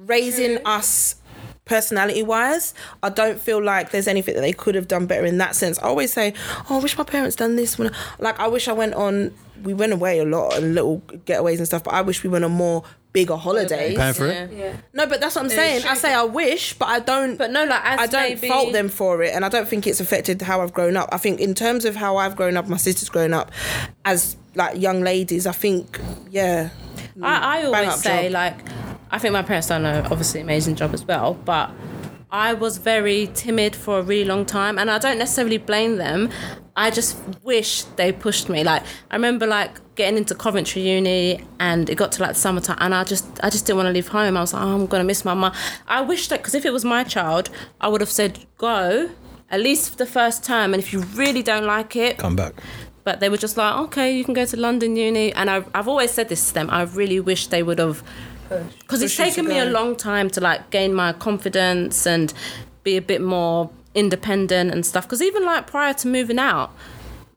raising us personality wise i don't feel like there's anything that they could have done better in that sense i always say oh i wish my parents done this when like i wish i went on we went away a lot and little getaways and stuff but i wish we went on more bigger holidays Paying for it. yeah. no but that's what i'm saying i say i wish but i don't But no, like as I don't maybe- fault them for it, and I don't think it's affected how I've grown up. I think in terms of how I've grown up, my sister's grown up as like young ladies. I think, yeah, I, I always Mm. up say job. like I think my parents done an obviously amazing job as well, but I was very timid for a really long time, and I don't necessarily blame them. I just wish they pushed me. Like I remember like getting into Coventry Uni, and it got to like summertime, and I just I just didn't want to leave home. I was like, oh, I'm gonna miss my mum. I wish that because if it was my child, I would have said go. At least for the first time, and if you really don't like it, Come back. but they were just like, okay, you can go to London uni. And I've, I've always said this to them. I really wish they would have, because it's Push you taken to me a go. long time to like gain my confidence and be a bit more independent and stuff. Because even like prior to moving out,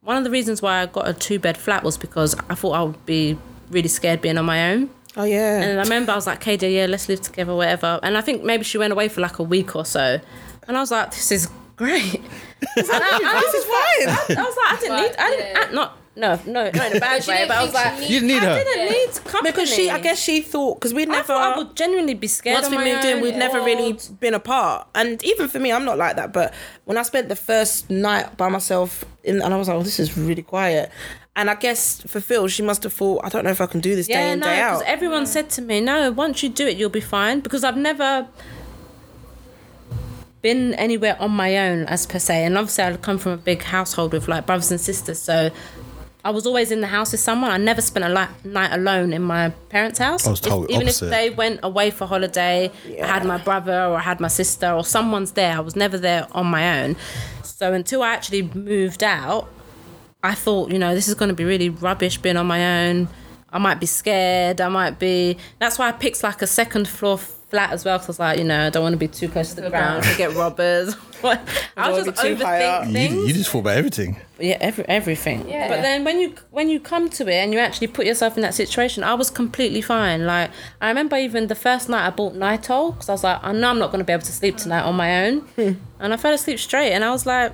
one of the reasons why I got a two bed flat was because I thought I would be really scared being on my own. oh yeah. And I remember I was like, KJ, yeah, let's live together, whatever. And I think maybe she went away for like a week or so. And I was like, this is great. this is fine. I was like, I didn't need, I didn't, yeah. I- not, no, no, not in a bad way, but I was like, You need I her. didn't need company. because she, I guess she thought because we'd I never thought I would genuinely be scared once on we my moved in own. we'd never really been apart, and even for me, I'm not like that. But when I spent the first night by myself, in, and I was like, oh, this is really quiet. And I guess for Phil, she must have thought, I don't know if I can do this day Yeah, in no, day because out. everyone said to me, no, once you do it, you'll be fine. Because I've never been anywhere on my own, as per se. And obviously, I come from a big household with like brothers and sisters. So I was always in the house with someone. I never spent a li- night alone in my parents' house. I was told If- even opposite. if they went away for holiday, I had my brother or I had my sister or someone's there. I was never there on my own. So until I actually moved out, I thought, you know, this is going to be really rubbish being on my own. I might be scared. I might be. That's why I picked like a second floor flat as well, because like, you know, I don't want to be too close to the ground to get robbers. I was wanna just be too high up. overthink You, things. you just thought about everything. Yeah, every, everything. Yeah. But then when you when you come to it and you actually put yourself in that situation, I was completely fine. Like I remember even the first night I bought Nitol because I was like, I know I'm not going to be able to sleep tonight on my own, and I fell asleep straight. And I was like,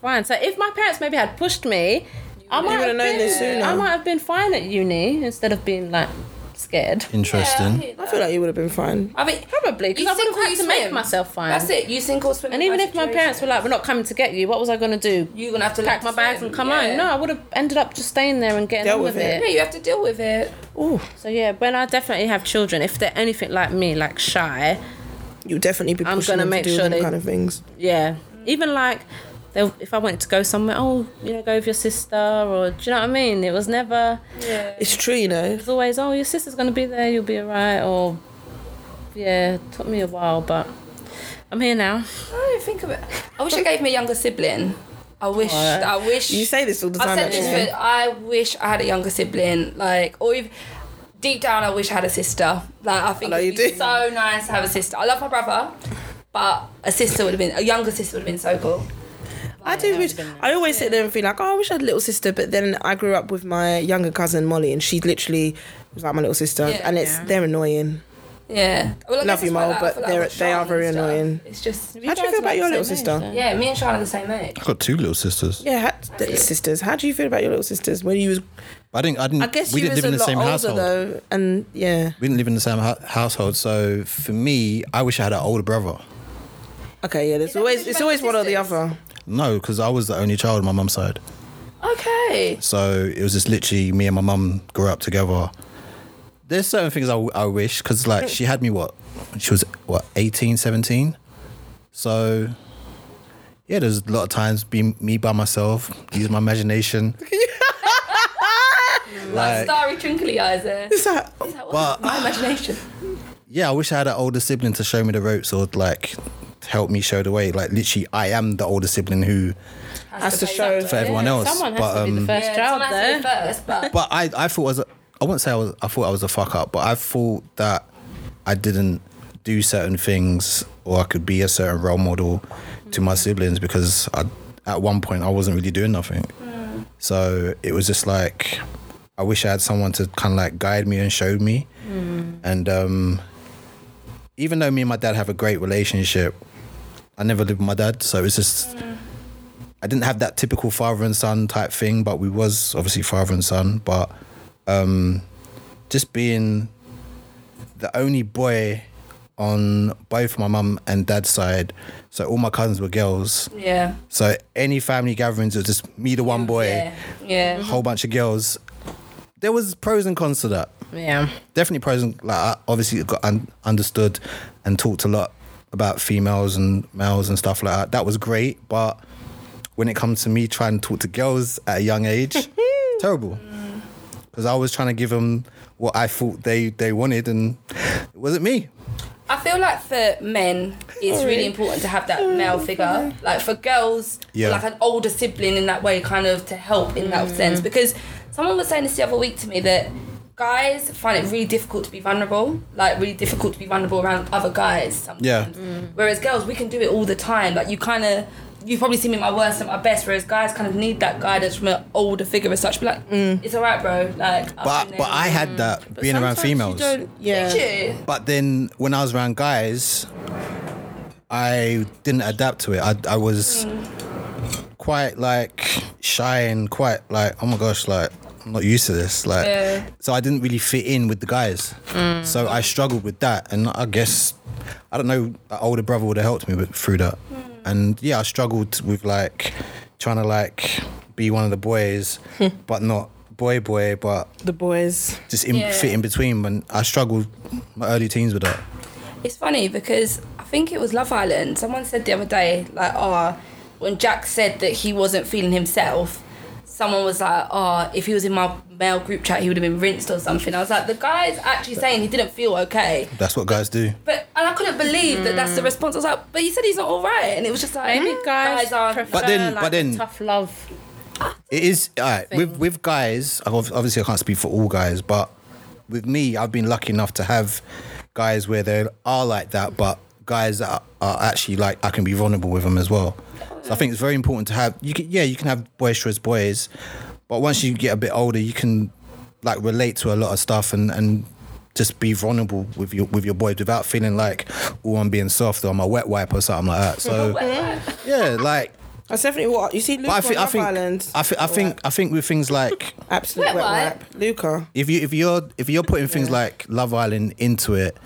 fine. So if my parents maybe had pushed me, I might would've have known been, this sooner. I might have been fine at uni instead of being like scared. Interesting. I feel like you would have been fine. I mean, Probably because You I wouldn't sink or have had you to make swim. myself fine. that's it. You sink or swim. And even if my parents were like, "We're not coming to get you," what was I going to do? you're gonna have to Pack my learn to bags swim, and come yeah. home. No, I would have ended up just staying there and getting Dealt on with with it. it. Yeah, you have to deal with it. Oh, So yeah, when I definitely have children, if they're anything like me, like shy, you definitely be I'm pushing gonna them make to do sure them they- kind of things. yeah, even like. they'll- If I wanted to go somewhere, oh, you know, go with your sister, or do you know what I mean? It was never, It's true, you know. it was always, oh, your sister's gonna be there, you'll be alright, or yeah, it took me a while, but I'm here now. I don't think of it. I wish I gave me a younger sibling. I wish. Alright. I wish. You say this all the I time. said this, actually. but I wish I had a younger sibling. Like, or if deep down, I wish I had a sister. Like, I I think know it'd you be do. so nice to have a sister. I love my brother, but a sister would have been a younger sister would have been so cool. I do wish. I always sit there and feel like, oh, I wish I had a little sister. But then I grew up with my younger cousin Molly, and she literally was like my little sister, Yeah. and it's Yeah. they're annoying. Yeah, well, I Love guess you, it's why, Mo, like, I but feel like they're- with they are Sian very and stuff, annoying. It's just You How do you guys feel are about your the little same age, sister? though. yeah. Me and Sean are the same age. I've got two little sisters. Yeah, how, the sisters. How do you feel about your little sisters? When you was, But I didn't. I didn't. I guess we you didn't was live in a the lot same older household. though, and yeah, We didn't live in the same hou- household. So for me, I wish I had an older brother. okay, yeah. There's that always because it's you're always both one or the sisters? other. No, because I was the only child on my mum's side. Okay. So it was just literally me and my mum grew up together. There's certain things I, w- I wish because like she had me what she was what 18, 17. So yeah, there's a lot of times being me by myself, use my imagination. like Starry twinkly eyes there. It's So, like, what But- my imagination. yeah, I wish I had an older sibling to show me the ropes or like help me show the way. Like literally, I am the older sibling who Has to show for everyone else. Someone has but to be the um, first child, though. First, but but I, I thought I was a, I wouldn't say I was I thought I was a fuck up, but I thought that I didn't do certain things or I could be a certain role model to my siblings because I at one point I wasn't really doing nothing. So it was just like I wish I had someone to kind of like guide me and show me. And um, even though me and my dad have a great relationship, I never lived with my dad, so it's just I didn't have that typical father and son type thing, but we was obviously father and son. But um, just being the only boy on both my mum and dad's side, so all my cousins were girls. yeah. So any family gatherings it was just me, the one boy, Yeah. Yeah. a whole bunch of girls. There was pros and cons to that Yeah. definitely pros and like I obviously got un- understood and talked a lot about females and males and stuff like that. That was great, but when it comes to me trying to talk to girls at a young age, terrible. Because I was trying to give them what I thought they they wanted, and it wasn't me. I feel like for men, it's really important to have that male figure. Like for girls, Yeah. like an older sibling in that way, kind of to help in that sense. Because someone was saying this the other week to me that guys find it really difficult to be vulnerable, like really difficult to be vulnerable around other guys. Sometimes. Yeah. Whereas girls, we can do it all the time. Like you kind of. You've probably seen me at my worst and my best, whereas guys kind of need that guidance from an older figure as such. Be like, it's all right, bro. Like, I've But been there. but I had that being around Mm. Sometimes you females. don't- yeah. Did you? But then when I was around guys, I didn't adapt to it. I, I was quite like shy and quite like, oh my gosh, like I'm not used to this. Like, Yeah. Mm. so I didn't really fit in with the guys. So I struggled with that. And I guess, I don't know, an older brother would have helped me with, through that. Mm. And yeah, I struggled with like trying to like be one of the boys, but not boy boy, but The boys. just in, Yeah. fit in between. And I struggled my early teens with that. It's funny because I think it was Love Island. Someone said the other day, like, oh, when Jack said that he wasn't feeling himself, someone was like, oh, if he was in my male group chat, he would have been rinsed or something. I was like, the guy's actually saying he didn't feel okay. That's what guys do. But, and I couldn't believe that that's the response. I was like, but you said he's not all right. And it was just like, Mm. "Mm, Maybe guys, prefer, But then- like, but then- tough love. It is all right with with guys. I've ob- Obviously, I can't speak for all guys, but with me, I've been lucky enough to have guys where they are like that, but guys that are, are actually like I can be vulnerable with them as well. So I think it's very important to have. You can yeah, you can have boisterous boys, but once you get a bit older, you can like relate to a lot of stuff and and just be vulnerable with your with your boys without feeling like oh I'm being soft or I'm a wet wipe or something like that. So yeah, like That's definitely what you see. Luca But I on think I Love think Island, I, think I think I think with things like absolute Wet wet wipe. wipe. Luca, if you if you're if you're putting things like Love Island into it,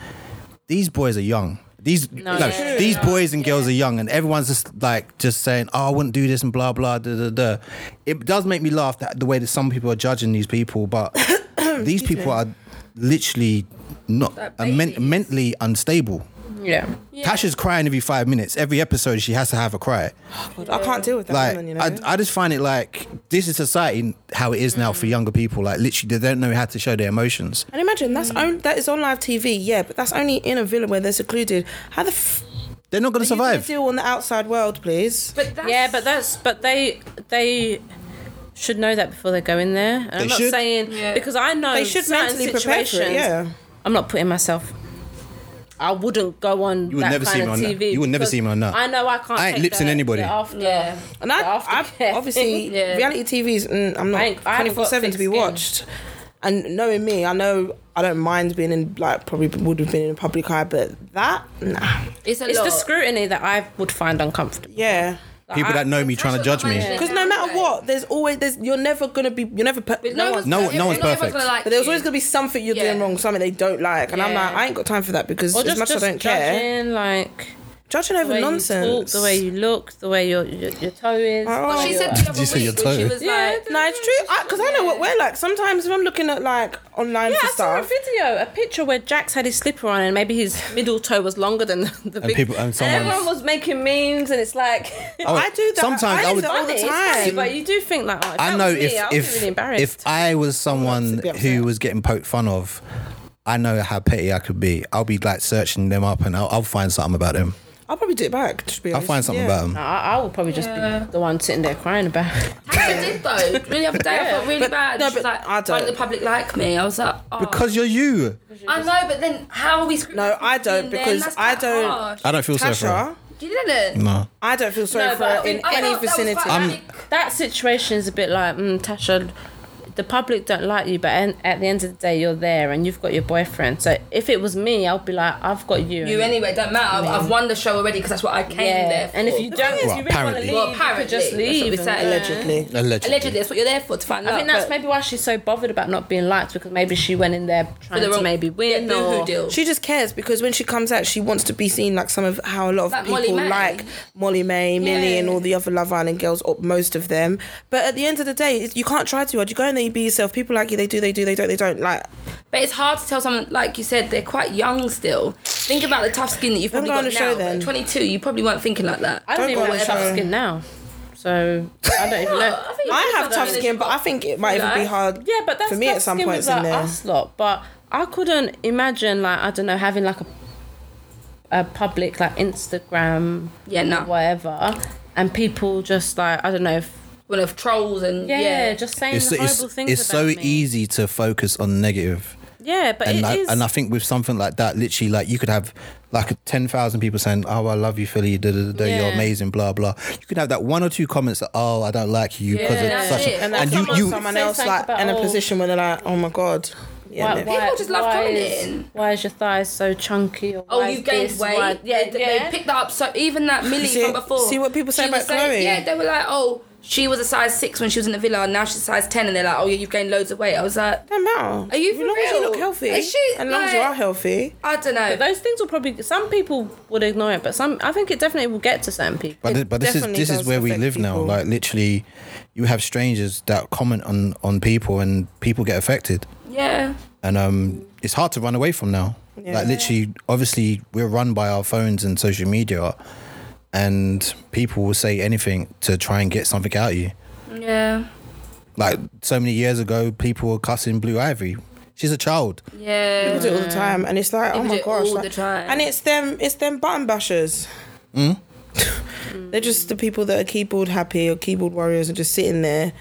these boys are young. These no, yeah, yeah, these boys and girls are young, and everyone's just like just saying, "Oh, I wouldn't do this," and blah blah da da da. It does make me laugh that the way that some people are judging these people, but these people are literally not are men- mentally unstable. Yeah. Tasha's crying every five minutes. Every episode, she has to have a cry. God, I can't deal with that Like, woman. You know, I, I just find it like this is society how it is now Mm. for younger people. Like, literally, they don't know how to show their emotions. and imagine that's on, that is on live TV. Yeah, but that's only in a villa where they're secluded. How the f- They're not going to are you gonna survive. deal on the outside world, please? But that's, Yeah, but that's but they they should know that before they go in there. And They I'm not should. saying Yeah. because I know they should certain mentally prepare for situations. it. Yeah. I'm not putting myself. I wouldn't go on. You would that never see kind me of on that. TV You would never because see me on that. I know I can't. I ain't take lipsing the- anybody. the after- yeah. And I, The I aftercare. obviously Yeah. reality TV's. Mm, I'm I ain't- not twenty I haven't four got seven to be thick skin. watched. And knowing me, I know I don't mind being in like probably would have been in a public eye, but that nah. It's a It's lot. the scrutiny that I would find uncomfortable. Yeah, Like, People I- that know me trying to That's what judge me. management because no now, matter isn't it? what, there's always there's you're never gonna be you're never per- But no, one's, No one- no one's everyone's perfect. gonna like But there's you. always gonna be something you're Yeah. doing wrong, something they don't like, and I'm Yeah. like, I ain't got time for that because Or as just, much as I just don't care, judging, like judging the over way you talk, nonsense. the way you look, the way your your, your toe is. Oh. Well, she Yeah. said the other you see your week when she toe? was Yeah, like, no, it's true. Because I, know what we're like. Sometimes if I'm looking at like online Yeah, for I saw a stuff, video, a picture where Jax had his slipper on, and maybe his middle toe was longer than the- the big. people- and someone- everyone was making memes, and it's like Oh, I do that. Sometimes I I would. do that all the It's funny, time. but you do think like, oh, if I that know was me, if I would be if really embarrassed. if I was someone be upset. who was getting poked fun of, I know how petty I could be. I'll be like searching them up and I'll, I'll find something about them. I'll probably do it back. To be I'll honest. find something Yeah. about them. I, I would probably just be the one sitting there crying about. it. I did though. Really, the other day I felt really But- bad. no, No, but but like, I I don't. don't. the public like me? I was like, oh. Because you're you. I know, but then how are we? screwed No, up I don't, in there? because That's I quite don't- harsh. I don't feel sorry for her. Tasha, You didn't. No. I don't feel sorry No, for but I her in think- I any felt that was quite vicinity. panic. That situation is a bit like mm, Tasha. The public don't like you, but en- at the end of the day, you're there and you've got your boyfriend. So if it was me, I'll be like, I've got you. you anyway. Don't matter. I've won the show already because that's what I came yeah. there. For. and if you don't, if Well, you really want to apparently. leave, well, you could apparently, just leave. That's what we and- said. Allegedly. Allegedly. Allegedly, that's what you're there for to find out. I think that's but maybe why she's so bothered about not being liked because maybe she went in there trying the to wrong- maybe yeah, win boohoo or deal. She just cares because when she comes out, she wants to be seen like some of how a lot of Like Molly people May. like Molly May, Millie, Yeah. and all the other Love Island girls, or most of them. But at the end of the day, it's- you can't try too hard. You go in there, you be yourself. People like you, they do, they do, they don't, they don't. Like, But it's hard to tell someone, like you said, they're quite young still. Think about the tough skin that you've Don't probably go got on the show now. but then. at 22, you probably weren't thinking like that. I don't, Don't even go have on tough show. skin now, so I don't even know. think I you're have tough probably skin, but I think it might even be Nice. hard. Yeah, but that's for me tough at some skin points with, in like, there. us lot. But I couldn't imagine like I don't know having like a a public like Instagram Yeah, no. or whatever, and people just like I don't know. If, One of trolls and yeah, yeah, just saying It's, horrible it's, things. it's about so me. easy to focus on negative. Yeah, but it and is. I, and I think with something like that, literally, like you could have like ten thousand people saying, "Oh, I love you, Philly. Da, da, da, da, You're Yeah. amazing." Blah blah. You could have that one or two comments that, "Oh, I don't like you because Yeah, of that's such." it. A, And and, Like, you, someone- you someone Saying else something like about, in a oh- position where they're like, oh my god, yeah, Why, no. why- People just love why commenting. Is, why is your thighs so chunky? Or Oh, why you is gained this, weight. why- yeah, they, they picked that up. So even that Millie see- from before. see what people say she was about Chloe? Yeah, they were like, oh, she was a size six when she was in the villa, and now she's a size ten, and they're like, oh yeah, you've gained loads of weight. I was like, Don't matter. Are you As for long as you real? look healthy, Is she, and as long as you like- are healthy, I don't know. But those things will probably some people would ignore it, but some I think it definitely will get to certain people. but It thi- but this is definitely this is does where we affect live now. people. Like literally, you have strangers that comment on on people, and people get affected. yeah, And um, it's hard to run away from now. Like literally, obviously, we're run by our phones and social media, and people will say anything to try and get something out of you. yeah, Like so many years ago, people were cussing Blue Ivy. She's a child. yeah. people do it all the time, and it's like, oh my People Mm. do it gosh, all like- the time. and it's them, it's them button bashers. They're just the people that are keyboard happy or keyboard warriors and just sitting there.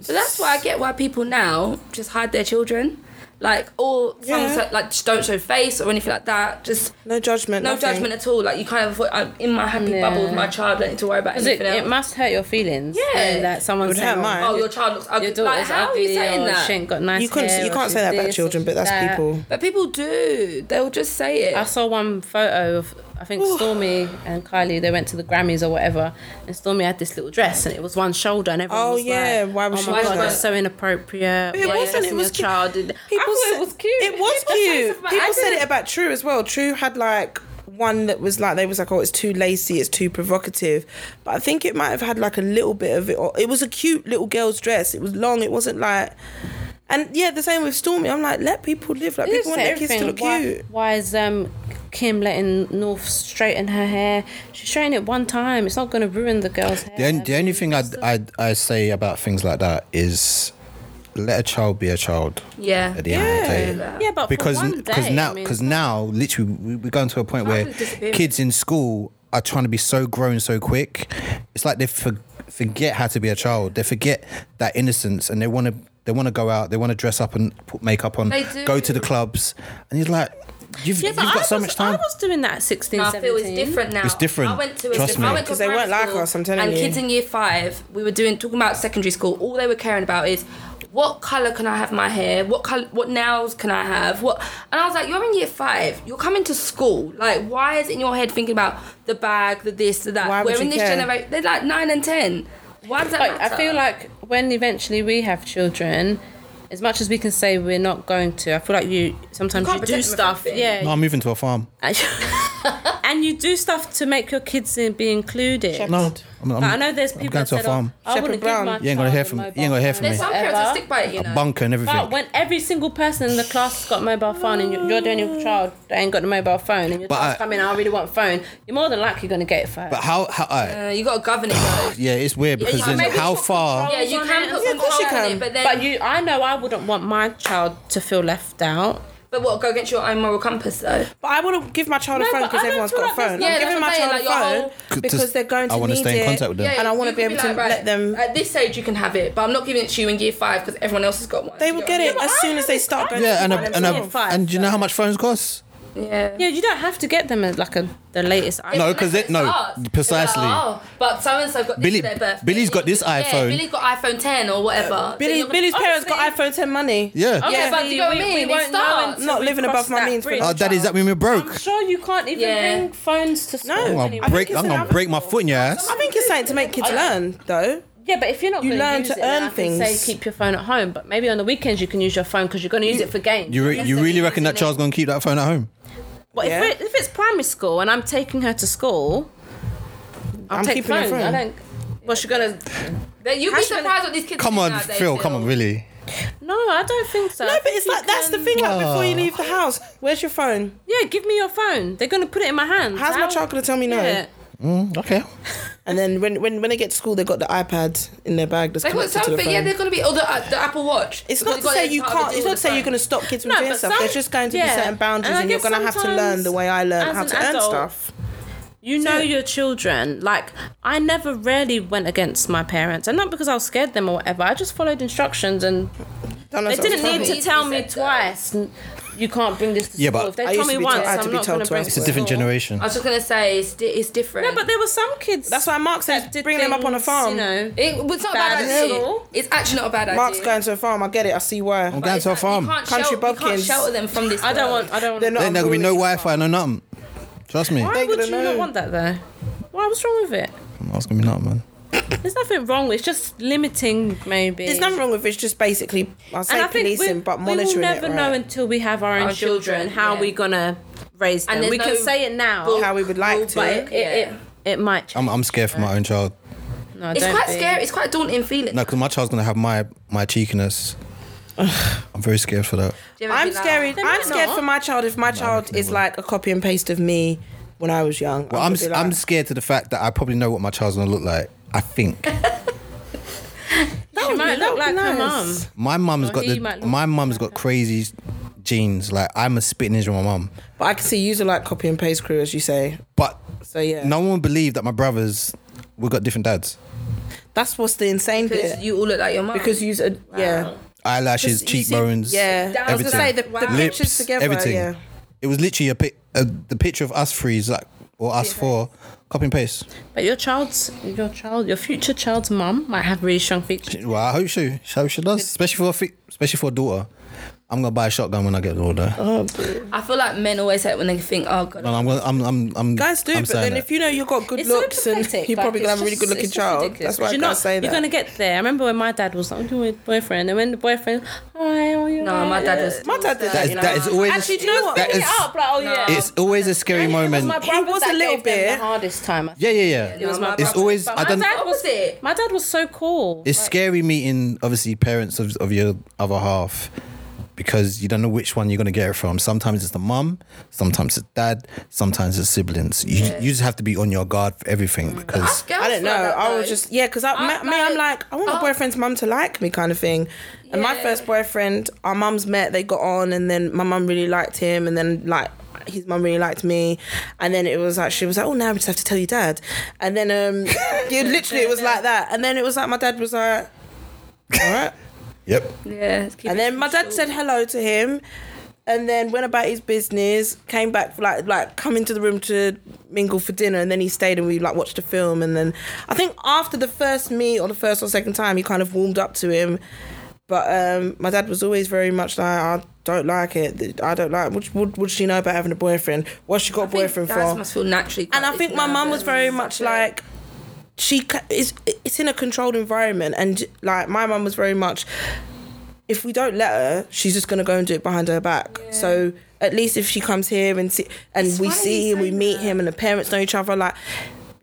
So that's why I get why people now just hide their children. Like, or some Yeah. so- like just don't show face or anything like that. Just No judgment. no nothing. judgment at all. Like you kind of thought I'm in my happy Yeah. bubble with my child. Don't need to worry about 'Cause anything it, else. it must hurt your feelings. Yeah. knowing that someone It would hurt mine. oh, your child looks ugly. Your like, daughter's how are you ugly. saying or that? She ain't got nice You couldn't, hair, you or can't say that she's about this, children, or but that's that. people. But people do. They'll just say it. I saw one photo of I think Stormy and Kylie they went to the Grammys or whatever, and Stormy had this little dress and it was one shoulder and everyone Oh, was yeah, like, why was "Oh she my wearing god, that?" that's so inappropriate." It Why are you wasn't, it dressing was your cute. child. in- I thought said- it was cute. It was cute. about- I People said didn't- it about True as well. True had like one that was like they was like, oh, it's too lacy, it's too provocative. But I think it might have had like a little bit of it. Or it was a cute little girl's dress. It was long. It wasn't like. And yeah, the same with Stormy. I'm like, let people live. Like people Just want their kids to everything. look why, cute. why is um Kim letting North straighten her hair? She straightened it one time. It's not going to ruin the girl's hair. The, on, the only thing I I I say about things like that is let a child be a child Yeah. at the end of the day. yeah, but because for one day, because now I mean, because now literally we- we're going to a point where Childhood disappearance. kids in school are trying to be so grown so quick it's like they for, forget how to be a child they forget that innocence and they want to they want to go out they want to dress up and put makeup on They do. go to the clubs and he's like you've, yeah, you've but got I so was, much time I was doing that at 16, No, I feel 17. it's different now. It's different. I went to a Trust different- me. I went to a 'Cause they private weren't like school, us, I'm telling and you. kids in year five, we were doing talking about secondary school. All they were caring about is what color can I have my hair? What color? What nails can I have? What? And I was like, you're in year five. You're coming to school. Like, why is it in your head thinking about the bag, the this, the that? Why would we're you in this care? generation. They're like nine and ten. Why does that Like, matter? I feel like when eventually we have children, as much as we can say we're not going to, I feel like you sometimes You you, can't do protect them from stuff. anything. Yeah. no, I'm moving to a farm. and you do stuff to make your kids in- be included. Shepherd. No, I'm, I'm, Like, I know there's people going that to a said, farm. Oh, I Shepherd wouldn't Brown. give my You ain't gonna hear child a from- you ain't mobile gonna hear phone. from there's me. some parents that Whatever. stick by it. You know. bunker and everything. But when every single person in the class has got a mobile phone and you- you're the only child that ain't got a mobile phone and your But child's I- coming, I really want a phone, you're more than likely going to get it first. but how how I, Uh, you got to govern it though. yeah, it's weird because you- then maybe how put far yeah, you on can it. put Yeah, of course control you on can. it, but then but you, I know I wouldn't want my child to feel left out. but what go against your own moral compass though. But I wouldn't give my child a No, phone but because I don't everyone's feel got a like there's- phone. yeah, I'm that's giving what my I'm saying, child like, a your phone whole- Just- because they're going to I need wanna stay in it. contact with them. And I you wanna could be able to let them- At this age, you can have it, but I'm not giving it to you in year five because everyone else has got one. They You will know get it what as soon as they start going. yeah, and to a, school and themselves. a, and do you know how much phones cost? I mean? Yeah. Yeah, you don't have to get them as like a, the latest. No, iPhone. Unless 'cause it- it's no, us. They're precisely. Like, oh, but so and so got Billy- this for their birthday. Billy's got this Yeah, iPhone. Billy's got iPhone 10 or whatever. Billy, They're not- Billy's parents got Honestly, iPhone 10 money. Yeah. Yeah, but Obviously, do you know what I mean? It won't know starts. until Not we living cross above my that means for bridge. Oh, daddy, does that mean we're broke? I'm sure you can't even Yeah. bring phones to school. Oh, I'm gonna anymore. break. it's I'm gonna another- break my foot in your ass. I think it's something to make kids learn, though. Yeah, but if you're not, You gonna learn use to it, then earn I can things. Say keep your phone at home, but maybe on the weekends you can use your phone because you're going to use it for games. You, re- you really reckon that child's gonna keep that phone at home? But Yeah. if, it, if it's primary school and I'm taking her to school, I'll I'm take keeping phone. her phone. I don't. Well, she's gonna. That You'd be Cashman- surprised what these kids Come do on, nowadays, Phil. Come on, really. No, I don't think so. No, I but think it's you like that's the can- thing. Like before you leave the house, where's your phone? Yeah, give me your phone. They're gonna put it in my hand. How's my child gonna tell me no? Yeah. Mm, okay. And then when when when they get to school, they got the iPad in their bag that's They've got connected to the something, phone. yeah, they're going to be, or the, uh, the Apple Watch. it's not to Because you've got say it you as part of can't. the It's not deal to with the say you're phone. going to stop kids from No, doing but stuff. some- There's just going to yeah. be certain boundaries, And I and you're guess going to have to learn sometimes the way I learned as how an to earn adult- stuff. You know your children. Like I never really went against my parents, and not because I was scared of them or whatever. I just followed instructions, and Don't know they if that was didn't need funny. to easily tell me said that. twice. n- You can't bring this to Yeah, but school. If they I tell used to me be told- once, I had to I'm be not told going to bring twice. It's a different generation. I was just going to say, it's, di- it's different. No, but there were some kids. That's why Mark said that did bring them up on a things, farm. You know, It, it's not Bad a bad at idea. all. It's actually not a bad Mark's idea. going to a farm. I get it. I see why. I'm going to a farm. You can't Country shelter, you can't bumpkins. shelter them from this. I don't world. want. I don't. They're want not. Then there gonna be no unruly. Wi-Fi, no nothing. Trust me. Why They would you gonna not know. want that though? Why? What's wrong with it? That's gonna be nothing, man. There's nothing wrong. with it. It's just limiting, maybe. There's nothing wrong with it. It's just basically, I'll say policing, but monitoring we will never it, right? know until we have our own Our children, children, how yeah. we're gonna raise them. there's we can no say it now, book, how we would like to. but but it, it, it, it might. Change. I'm, I'm scared for my own child. No, It's don't quite be. scary. It's quite a daunting feeling. No, because my child's gonna have my my cheekiness. I'm very scared for that. Do you ever I'm feel like- scared. They I'm might scared not. for my child if my child is like a copy and paste of me when I was young. Well, I'm gonna be like, I'm scared to the fact that I probably know what my child's gonna look like. I think She would be- that might look would like be her mum. nice. my mum's got he the might look my mum's got crazy genes. Like I'm a spit ninja, my mum. But I can see you like copy and paste crew, as you say. But So yeah, no one would believe that my brothers we got different dads. that's what's the insane because bit. you all look like your mum. because you, uh, yeah, eyelashes, Just- you see- cheekbones. yeah. I was Everything. gonna say the, the Wow. Lips, pictures together. everything. Yeah. It was literally a, pic, a the picture of us three, is like or us four, copy and paste. But your child's, your child, your future child's mum might have really strong features. Well, I hope she, I hope she does, especially for a fi- especially for a daughter. I'm gonna buy a shotgun when I get older. I feel like men always say it when they think, oh god, No, I'm gonna, I'm, I'm, I'm. Guys do, I'm but saying then that. if you know you've got good It's so looks and pathetic, you're like, probably gonna have it's a really just- good looking it's just child, ridiculous. that's why I You're can't not. say You're that. gonna get there. I remember when my dad was like, "Do a boyfriend," and when the boyfriend, "Hi, how are you?" no, my dad was. My dad did That that. is, you know? that is always. Actually, do you know what? that is- up like, "Oh yeah." it's always a scary moment. My brother brother was that a little gave them the bit- the hardest time. yeah, yeah, yeah. was my it's brother. always. But I my don't. dad was it. My dad was so cool. It's scary meeting obviously parents of, of your other half because you don't know which one you're gonna get it from. Sometimes it's the mum, sometimes it's dad, sometimes it's siblings. You you just have to be on your guard for everything because I don't know. I was just yeah, because I, I- me, me, I'm like- like, I want my I- boyfriend's mum to like me, kind of thing. And my Yeah. first boyfriend, our mums met, they got on, and then my mum really liked him, and then like his mum really liked me, and then it was like she was like, oh, now we just have to tell your dad, and then um, yeah, literally it was like that, and then it was like my dad was like, all right. yep. Yeah. And then my dad said hello to him, and then went about his business. Came back like like come into the room to mingle for dinner, and then he stayed and we like watched a film. And then I think after the first meet or the first or second time, he kind of warmed up to him. But um, my dad was always very much like, I don't like it. I don't like. What what, what does she know about having a boyfriend? What's she got a boyfriend Guys for? must feel naturally. and I quite think my mum was very nervous. much like she ca- is it's in a controlled environment and like my mum was very much if we don't let her she's just going to go and do it behind her back so at least if she comes here and see and we funny see you and we say meet him and the parents know each other like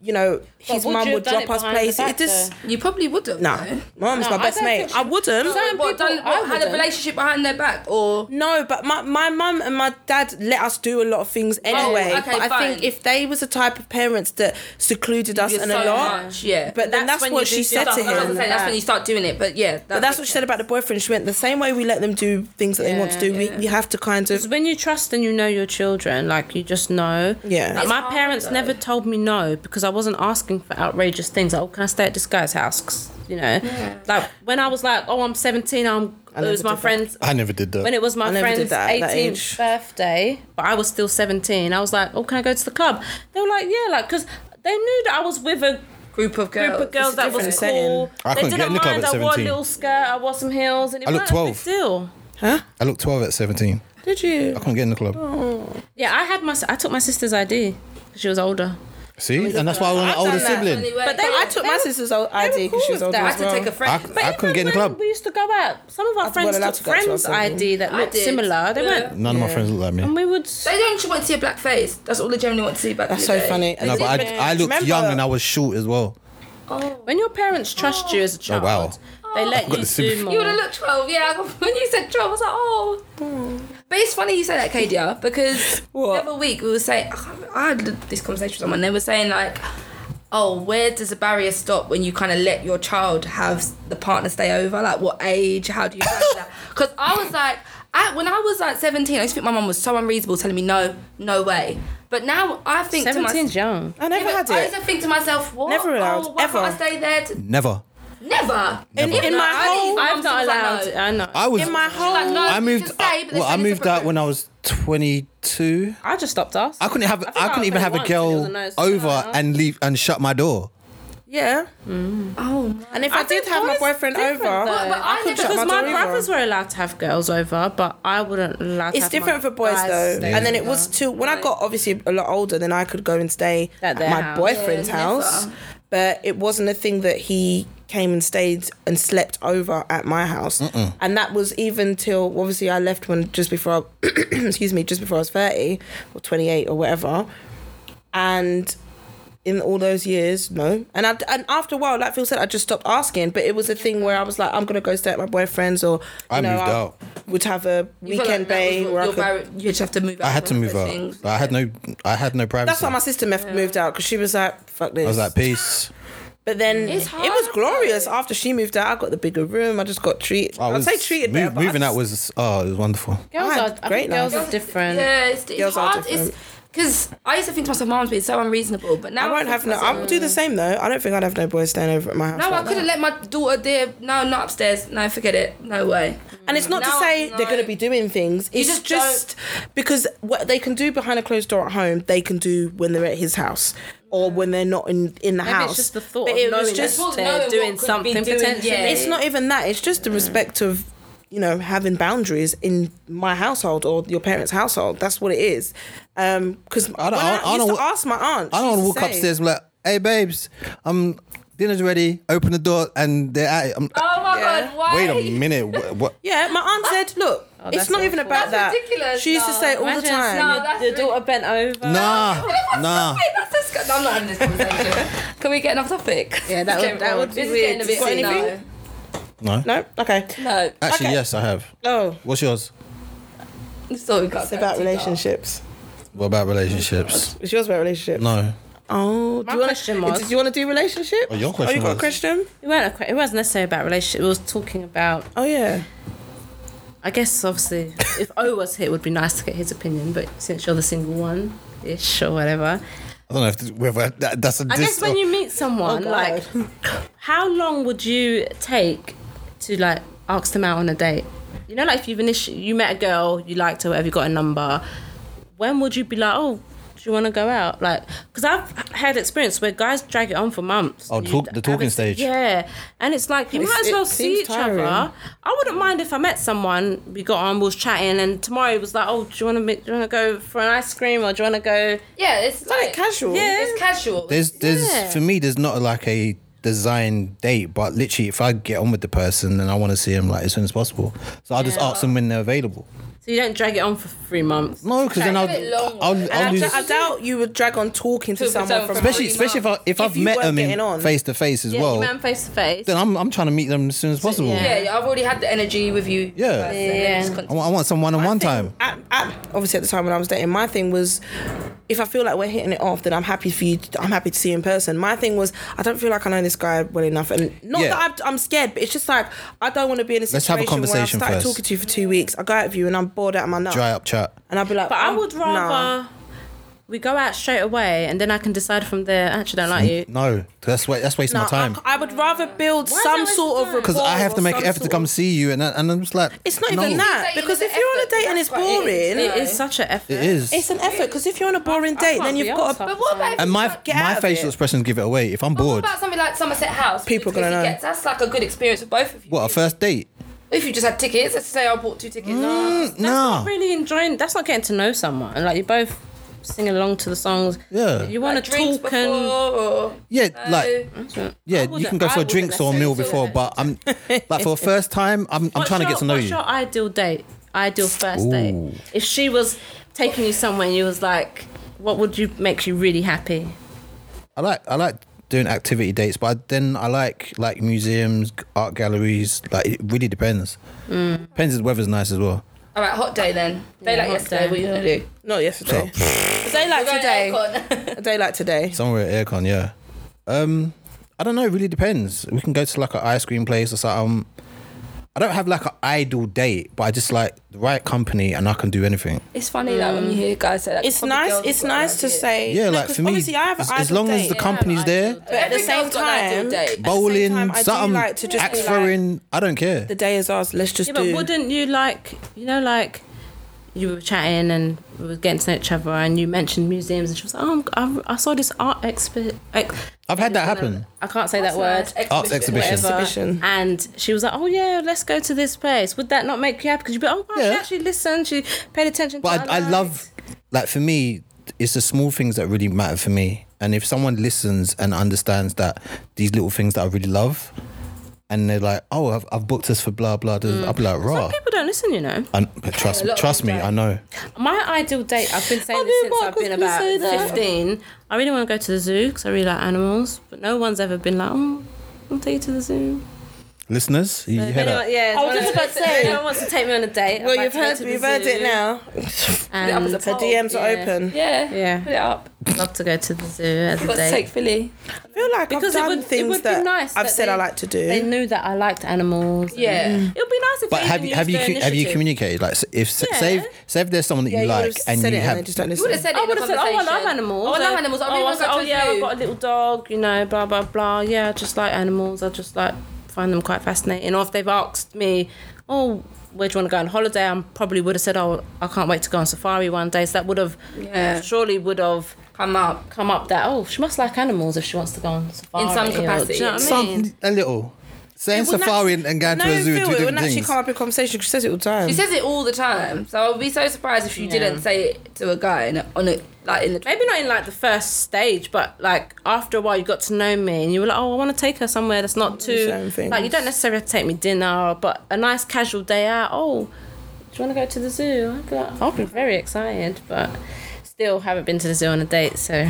you know his would mum you would have done drop us it behind the places back it just You probably would have. no though. my mum's No, my I best don't mate think she- I wouldn't What, what, people- done, I what, had a wouldn't. relationship behind their back or No, but my, my mum and my dad let us do a lot of things Oh, anyway. okay, but I think fine. if they was the type of parents that secluded us You're and so a lot, much, yeah. But then that's, when what you she do said stuff to I was him. gonna say, that's when you start doing it, but yeah, that But that's what she said about the boyfriend. She went the same way we let them do things that they want to Yeah, do. We, you have to kind It's of when you trust and you know your children, like you just know. Yeah. Like, It's my hard, parents though. never told me no because I wasn't asking for outrageous things. Like, oh, can I stay at this guy's house? 'Cause, you know, like when I was like, oh, I'm 17. I'm. It never was my did that. friend's I never did that. when it was my I never did friend's that at that 18th age. birthday, but I was still 17. I was like, oh, can I go to the club? They were like, yeah, like, because they knew that I was with a group of girls. group of girls a that was different cool. I they couldn't get in the club at I wore a 17. little skirt, I wore some heels, and it I was looked a big 12. deal. I looked 12 at 17. did you? I can't get in the club. Yeah, I had my, I took my sister's ID. 'cause She was older. See, and that's why I want an done older that. sibling. But they- I took my sister's old ID because she was cool older with that. I as had to well. take a I, friend. I couldn't get in the Even when club. We used to go out. Some of our wasn't friends allowed took to go to us, friends' I think. ID that I looked did. similar. They Yeah. weren't. None of my friends look like And me. we would. they don't actually want to see a black face. That's all they generally want to see back That's in so the day. funny. And No, it's but I, even- I looked remember- young and I was short as well. Oh. When your parents Oh. trust you as a child, Oh, wow. they let got you the sympathy. do more. You would have looked 12, yeah. When you said 12, I was like, oh. But it's funny you say that, Kadia, because What? the other week we were saying, I had this conversation with someone, they were saying, like, oh, where does the barrier stop when you kind of let your child have the partner stay over? Like, what age? How do you handle that? Because I was like, I, when I was like 17, I used to think my mum was so unreasonable telling me, no, no way. But now I think to 17's myself, young. I never had I it. used to think to myself, what? Never allowed, oh, why ever. can't I stay there? To, Never. never. In, in my I didn't- whole I- I'm not Sometimes allowed. know. I know. I was. in my whole Like, no, I you moved. can stay, but well, there's I no moved out separate when I was 22. I just stopped asking. I couldn't have. think I, couldn't was even have a 21, so it girl was a no, so over I don't know. and leave and shut my door. yeah. Oh, my. And if I, did think have my boys boyfriend different, over, though. But- but I I could never- shut my because my door either. brothers were allowed to have girls over, but I wouldn't allow. To It's have different my for boys guys though, stay and then it over. was too. When I got obviously a lot older, then I could go and stay At at, their my house. boyfriend's Yeah, house, never. but it wasn't a thing that he came and stayed and slept over at my house, and that was even till obviously I left when just before, I, excuse me, just before I was thirty or twenty eight or whatever, and in all those years, no. And I, and after a while, like Phil said, I just stopped asking. But it was a thing where I was like, I'm gonna go stay at my boyfriend's, or you I know, moved I out. Would have a You weekend felt like that was bay your- where I your could. bar- you just have to move out. I had to of move those out. things. I had no. I had no privacy. That's why my sister mef- moved out because she was like, "Fuck this." I was like, peace. but then It's it hard, was glorious. though. After she moved out, I got the bigger room. I just got treated. I I would Oh, was say treated move- better. but I moving out just- was oh, it was wonderful. Girls I are. had I great think girls life. are different. Yeah, it's, it's Girls are hard. different. Because I used to think to myself, "Mom's being so unreasonable," but now I won't think have to no. myself, I would do the same though. I don't think I'd have no boys staying over at my house. No, I like couldn't that. let my daughter. Dear, no, not upstairs. No, forget it. No way. And it's not to No, say they're no. going to be doing things. It's just just, because what they can do behind a closed door at home, they can do when they're at his house or when they're not in in the Maybe house. it's just the thought But of it was knowing just- that Knowing they're what doing could be something doing, potentially. yeah. It's not even that. It's just the respect of you know, having boundaries in my household or your parents' household. That's what it is. Because I I, don't- don't, I I, don't- I used don't to wa- ask my aunt. I she don't want to used walk say- upstairs and be like, hey, babes, um, dinner's ready. Open the door and they're at it. I'm, Oh my Yeah. god, why? wait a minute. What? what? Yeah, my aunt said, look, it's Oh, that's not even awful. about That's that. ridiculous, She used to no. say all the Imagine time. No, that's Your really- daughter bent over. Nah, nah. Wait, that's disgust- no, I'm not having this conversation. Can we get another topic? Yeah, that Okay, would- that would be this is weird getting a to bit see. no. No. No? Okay. No, Actually, Okay. yes, I have. Oh, What's yours? this is all we got. it's about relationships. What about relationships? It's yours about relationships. No. Oh, My do you question want was- to? Do you want to do relationships? Oh, your Oh, question you got was- a question? It, weren't a, que- it wasn't necessarily about relationship. It was talking about, Oh yeah. I guess, obviously, if O was here, it would be nice to get his opinion. But since you're the single one, ish or whatever, I don't know if th- whether that, that's a I dis- Oh, guess when or- you meet someone, God. like, how long would you take to like ask them out on a date? You know, like if you've initi- you met a girl, you liked her, whatever, you got a number. When would you be like, oh, do you want to go out? Like, because I've had experience where guys drag it on for months. Oh, You talk- d- the talking haven't- stage. Yeah, and it's like you It's- might as well it see seems each tiring. other. I wouldn't mind if I met someone, we got on, we was chatting, and tomorrow it was like, oh, do you want to do you want to go for an ice cream or do you want to go? Yeah, it's Like, like casual. Yeah. It's casual. there's there's Yeah. for me there's not like a design date, but literally if I get on with the person then I want to see them like as soon as possible, so I'll just ask them when they're available. So you don't drag it on for three months. No, because then I'll Give it long. I'll, I'll, And I, lose. d- I doubt you would drag on talking to To someone someone from from- especially especially if I if, I've you met weren't them getting in on. face to face as Yeah, well, you met 'em face to face. then I'm I'm trying to meet them as soon as possible. yeah. yeah, yeah, I've already had the energy with you. Yeah. Person, Yeah. and just con- I, want, I want some one on one time. at, at, obviously at the time when I was dating, my thing was if I feel like we're hitting it off, then I'm happy for you. To, I'm happy to see you in person. My thing was I don't feel like I know this guy well enough, and not Yeah. that I'm, I'm scared, but it's just like I don't want to be in a Let's have a situation where I've conversation started first. talking to you for two weeks. I go out with you and I'm bored out of my nut, Dry up chat. and I'll be like, But I I'm- would nah. rather we go out straight away and then I can decide from there. Actually, I don't like you. No, that's wa- that's wasting No, my time. I, I would rather build is some that sort of wasting time? Because rapport I have to or make an some effort to sort come of- see you, and I- and I'm just like It's not no. even that It's like because even if the you're on a effort, date and that's it's quite- it is, boring, yeah. It is such an effort. It is. it's an effort. Because if you're on a boring I date, can't then be you've got arsed. to. But what about if and it's my like- get out my of facial it. expressions give it away. If I'm What bored, about something like Somerset House? People are Because gonna you know. get- that's like a good experience for both of you. what a first date? If you just had tickets, let's say I bought two tickets. Mm, That's nah. not really enjoying. That's not getting to know someone. Like you both singing along to the songs. Yeah. You Like want to drinks talk before and. or Yeah, like no. yeah, I you can wouldn't- go for I a drinks or a wouldn't meal before, necessarily do but I'm like for a first time, I'm I'm What's trying to your- get to know what's you. your ideal date? Ideal first Ooh. date. If she was taking you somewhere and you was like, what would you make you really happy? I like I like doing activity dates, but then I like like museums, art galleries. Like it really depends. Mm. Depends if the weather's nice as well. all right, hot day then. Day like hot yesterday. day. What are you gonna do? Not yesterday. a day like today. Today. A day like today. Somewhere at aircon, yeah. Um, I don't know. It really depends. We can go to like an ice cream place or something. I don't have like an ideal date, but I just like the right company and I can do anything. It's funny that when you hear guys say that. It's Mm. probably nice. girls It's have got an nice to idea. say. Yeah, No, like 'cause for me, obviously I have an as, ideal as long date. as the company's there, but at the Every same girl's got an ideal time, date. at the same bowling, time, I do something, like to just axe be like, throwing. I don't care. the day is ours. Let's just Yeah, but do. wouldn't you like, you know, like you were chatting and we were getting to know each other, and you mentioned museums, and she was like, "Oh, I'm- I, I saw this art expo." Ex- I've had that happen. I can't say That's that word. nice. Exhibition. Arts exhibition. Whatever. Exhibition. And she was like, "Oh yeah, let's go to this place." Would that not make you happy? Because you'd be, like, "Oh wow, Yeah. she actually listened. She paid attention." to But what I, I liked." love, like for me, it's the small things that really matter for me. And if someone listens and understands that these little things that I really love, and they're like, "Oh, I've, I've booked this for blah blah," blah I'll be Mm. like, "Raw." People don't listen, you know. And but trust, lot of trust me, people I know. My ideal date, I've been saying I this knew since Mark I've been was gonna about say that. 15. I really want to go to the zoo because I really like animals, but no one's ever been like, oh, I'll take you to the zoo. Listeners, you If hear anyone- that? yeah, I was just about to say- if anyone wants to take me on a date. I'd well, like you've to go heard. to the We've heard zoo. it now. That And was a I'd Her poll. DMs are yeah. open. Yeah. Yeah. Put it up. love to go to the zoo as a Got to take date. Philly. I feel like Because it I've done would- it things would be that nice I've that said I they- like to do. They knew that I liked animals. Yeah. It would be nice if But they have even you have you used their cu- have you initiative. communicated like s- if s Yeah. say if, say if there's someone that yeah, you, you like would've and said you it have and they just don't You would have listen. said it in I a would have said, oh, I love conversation. animals. Oh, I love Like, animals. oh, I I was like, oh yeah, I've got a little dog, you know, blah, blah, blah. Yeah, I just like animals. I just like find them quite fascinating. Or if they've asked me, oh, where do you want to go on holiday? I probably would have said, oh, I can't wait to go on safari one day. So that would have, Yeah. surely would have Come up. come up that, oh, she must like animals if she wants to go on safari. some or- do you know what I capacity. mean? some a little. Saying It would safari nat- and going to no, a zoo are Phil, two it would different actually things. come up in conversation. 'cause She says it all the time. She says it all the time, so I would be so surprised if you Yeah. didn't say it to a guy in a, on a like in the Maybe not in like the first stage, but like after a while, you got to know me, and you were like, "Oh, I want to take her somewhere that's not too Same thing. like you don't necessarily have to take me dinner, but a nice casual day out. Oh, do you want to go to the zoo? I'd be like, I'll be very excited, but still haven't been to the zoo on a date, so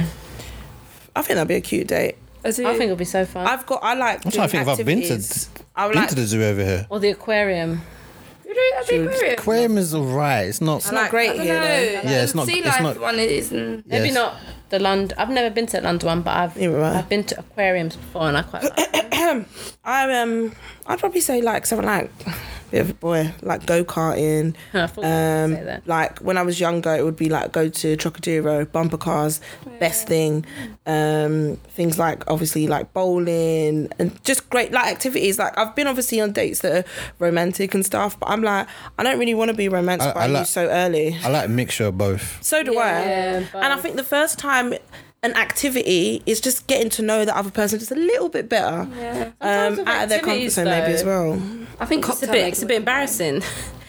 I think that'd be a cute date. I think I think it'll be so fun. I've got. I like. I'm trying to doing think if I've been to, activities. I would been like. to the zoo over here. or the aquarium. You know, that'd be brilliant. Aquarium is alright. It's not. it's not I great don't here. though. know. Yeah, it's not- Sea it's life not- one is. mm. yes. Maybe not the London. I've never been to the London one, but I've Neither have I. I've been to aquariums before, and I quite like it. I um. I'd probably say like something like. Bit of a boy, like go karting. Oh, I thought you were gonna say Um, that. like when I was younger, it would be like go to Trocadero, bumper cars, best thing. Um, things like obviously like bowling and just great like activities. Like I've been obviously on dates that are romantic and stuff, but I'm like I don't really want to be romanced I- I by you like- so early. I like a mixture of both. So do Yeah, I. And I both. think the first time an activity is just getting to know the other person just a little bit better. Yeah. Sometimes Um, with out of their comfort activities, zone maybe though, as well. I think It's a bit. It's a bit embarrassing.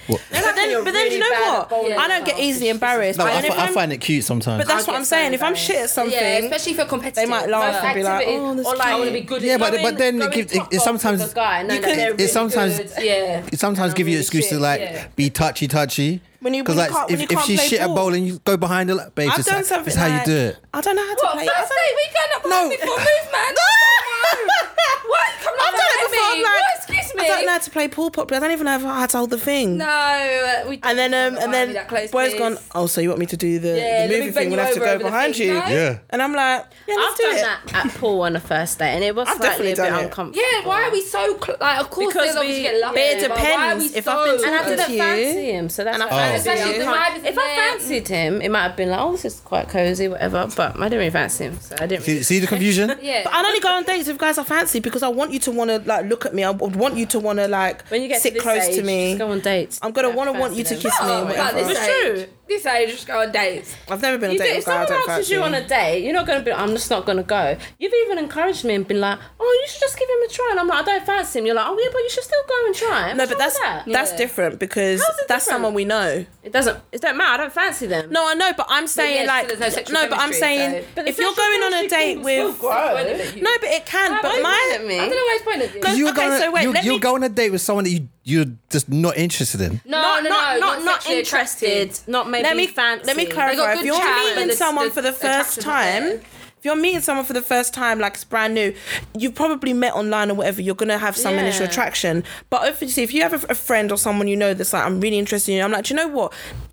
But then, but then do you know what? I don't get easily embarrassed. No, but I, then if fi- I I'm- find it cute sometimes. But that's what I'll get I'm so saying. If I'm embarrassed. shit at something, Yeah, especially for competitive. They might laugh Most and be like, activities- "Oh, that's or like, I want to be cute." good. Yeah, at but- going- but then it going gives- top it- it box sometimes- with a guy, no, You no, can- they're it sometimes- good. yeah. It sometimes give you really excuse to shit, like yeah. be touchy touchy. When you- 'Cause, when like you if, can't- when you if can't she play shit at ball. bowling, you go behind her. Like, babe, I've just done like- something. That's how you like- do it. I don't know how to What play. first date? We going up no. before movement? What? Come on, I've done it let me. before. I'm What? like, excuse me. I don't know how to play pool properly. I don't even know if I how to hold the thing. No, uh, we And then, um, and then, boy's gone. Oh, so you want me to do the, Yeah, the let me moving bend thing? you We'll have to over go over the behind thing, you. no? Yeah. And I'm like, yeah, I've let's do done it. that at pool on a first date, and it was I've slightly definitely a bit done it. uncomfortable. Yeah, why are we so cl- like? Of course, Because there's obviously we- get loved. but it but why are we depends if so, I've been And I to didn't you. fancy him, so that's And I why I fancied didn't Especially do the it. vibe is If I there. fancied him, it might have been like, oh, this is quite cozy, whatever. But I didn't really fancy him, so I didn't. See, see the confusion? Yeah, But I only go on dates with guys I fancy because I want you to want to like look at me. I would want you to want to like when you get sit to this close age, to me. just go on dates. I'm gonna Don't wanna want fancy you to them. kiss me. Oh, and like whatever. this It's age, this age, just go on dates. I've never been on You a do, date with if a guy I someone don't asks fancy. you on a date, you're not going to be. I'm just not going to go. You've even encouraged me and been like, "Oh, you should just give him a try." And I'm like, "I don't fancy him." You're like, "Oh yeah, but you should still go and try." No, but What's wrong that's with that? that's Yeah. different because How's it that's different? someone we know. It doesn't. It don't matter. I don't fancy them. No, I know, but I'm saying yeah, like still there's no sexual no, but I'm chemistry, saying so- But the if you're sexual going on a chemistry date can with still grow. no, but it can. Why but you my mad at I me? don't know why it's pointing at you. No, You were okay, going, so wait, you, let you're me- going on a date with someone that you you're just not interested in. No, no, no, not, you're not sexually interested. attracted. Not maybe let me fancy. let me They got clarify. If good you're chat, but meeting the- someone the for the first attraction's not time, there. if you're meeting someone for the first time, like it's brand new, you've probably met online or whatever. You're gonna have some initial Yeah. attraction, but obviously, if you have a, a friend or someone you know that's like, I'm really interested in you, I'm like, do you know what?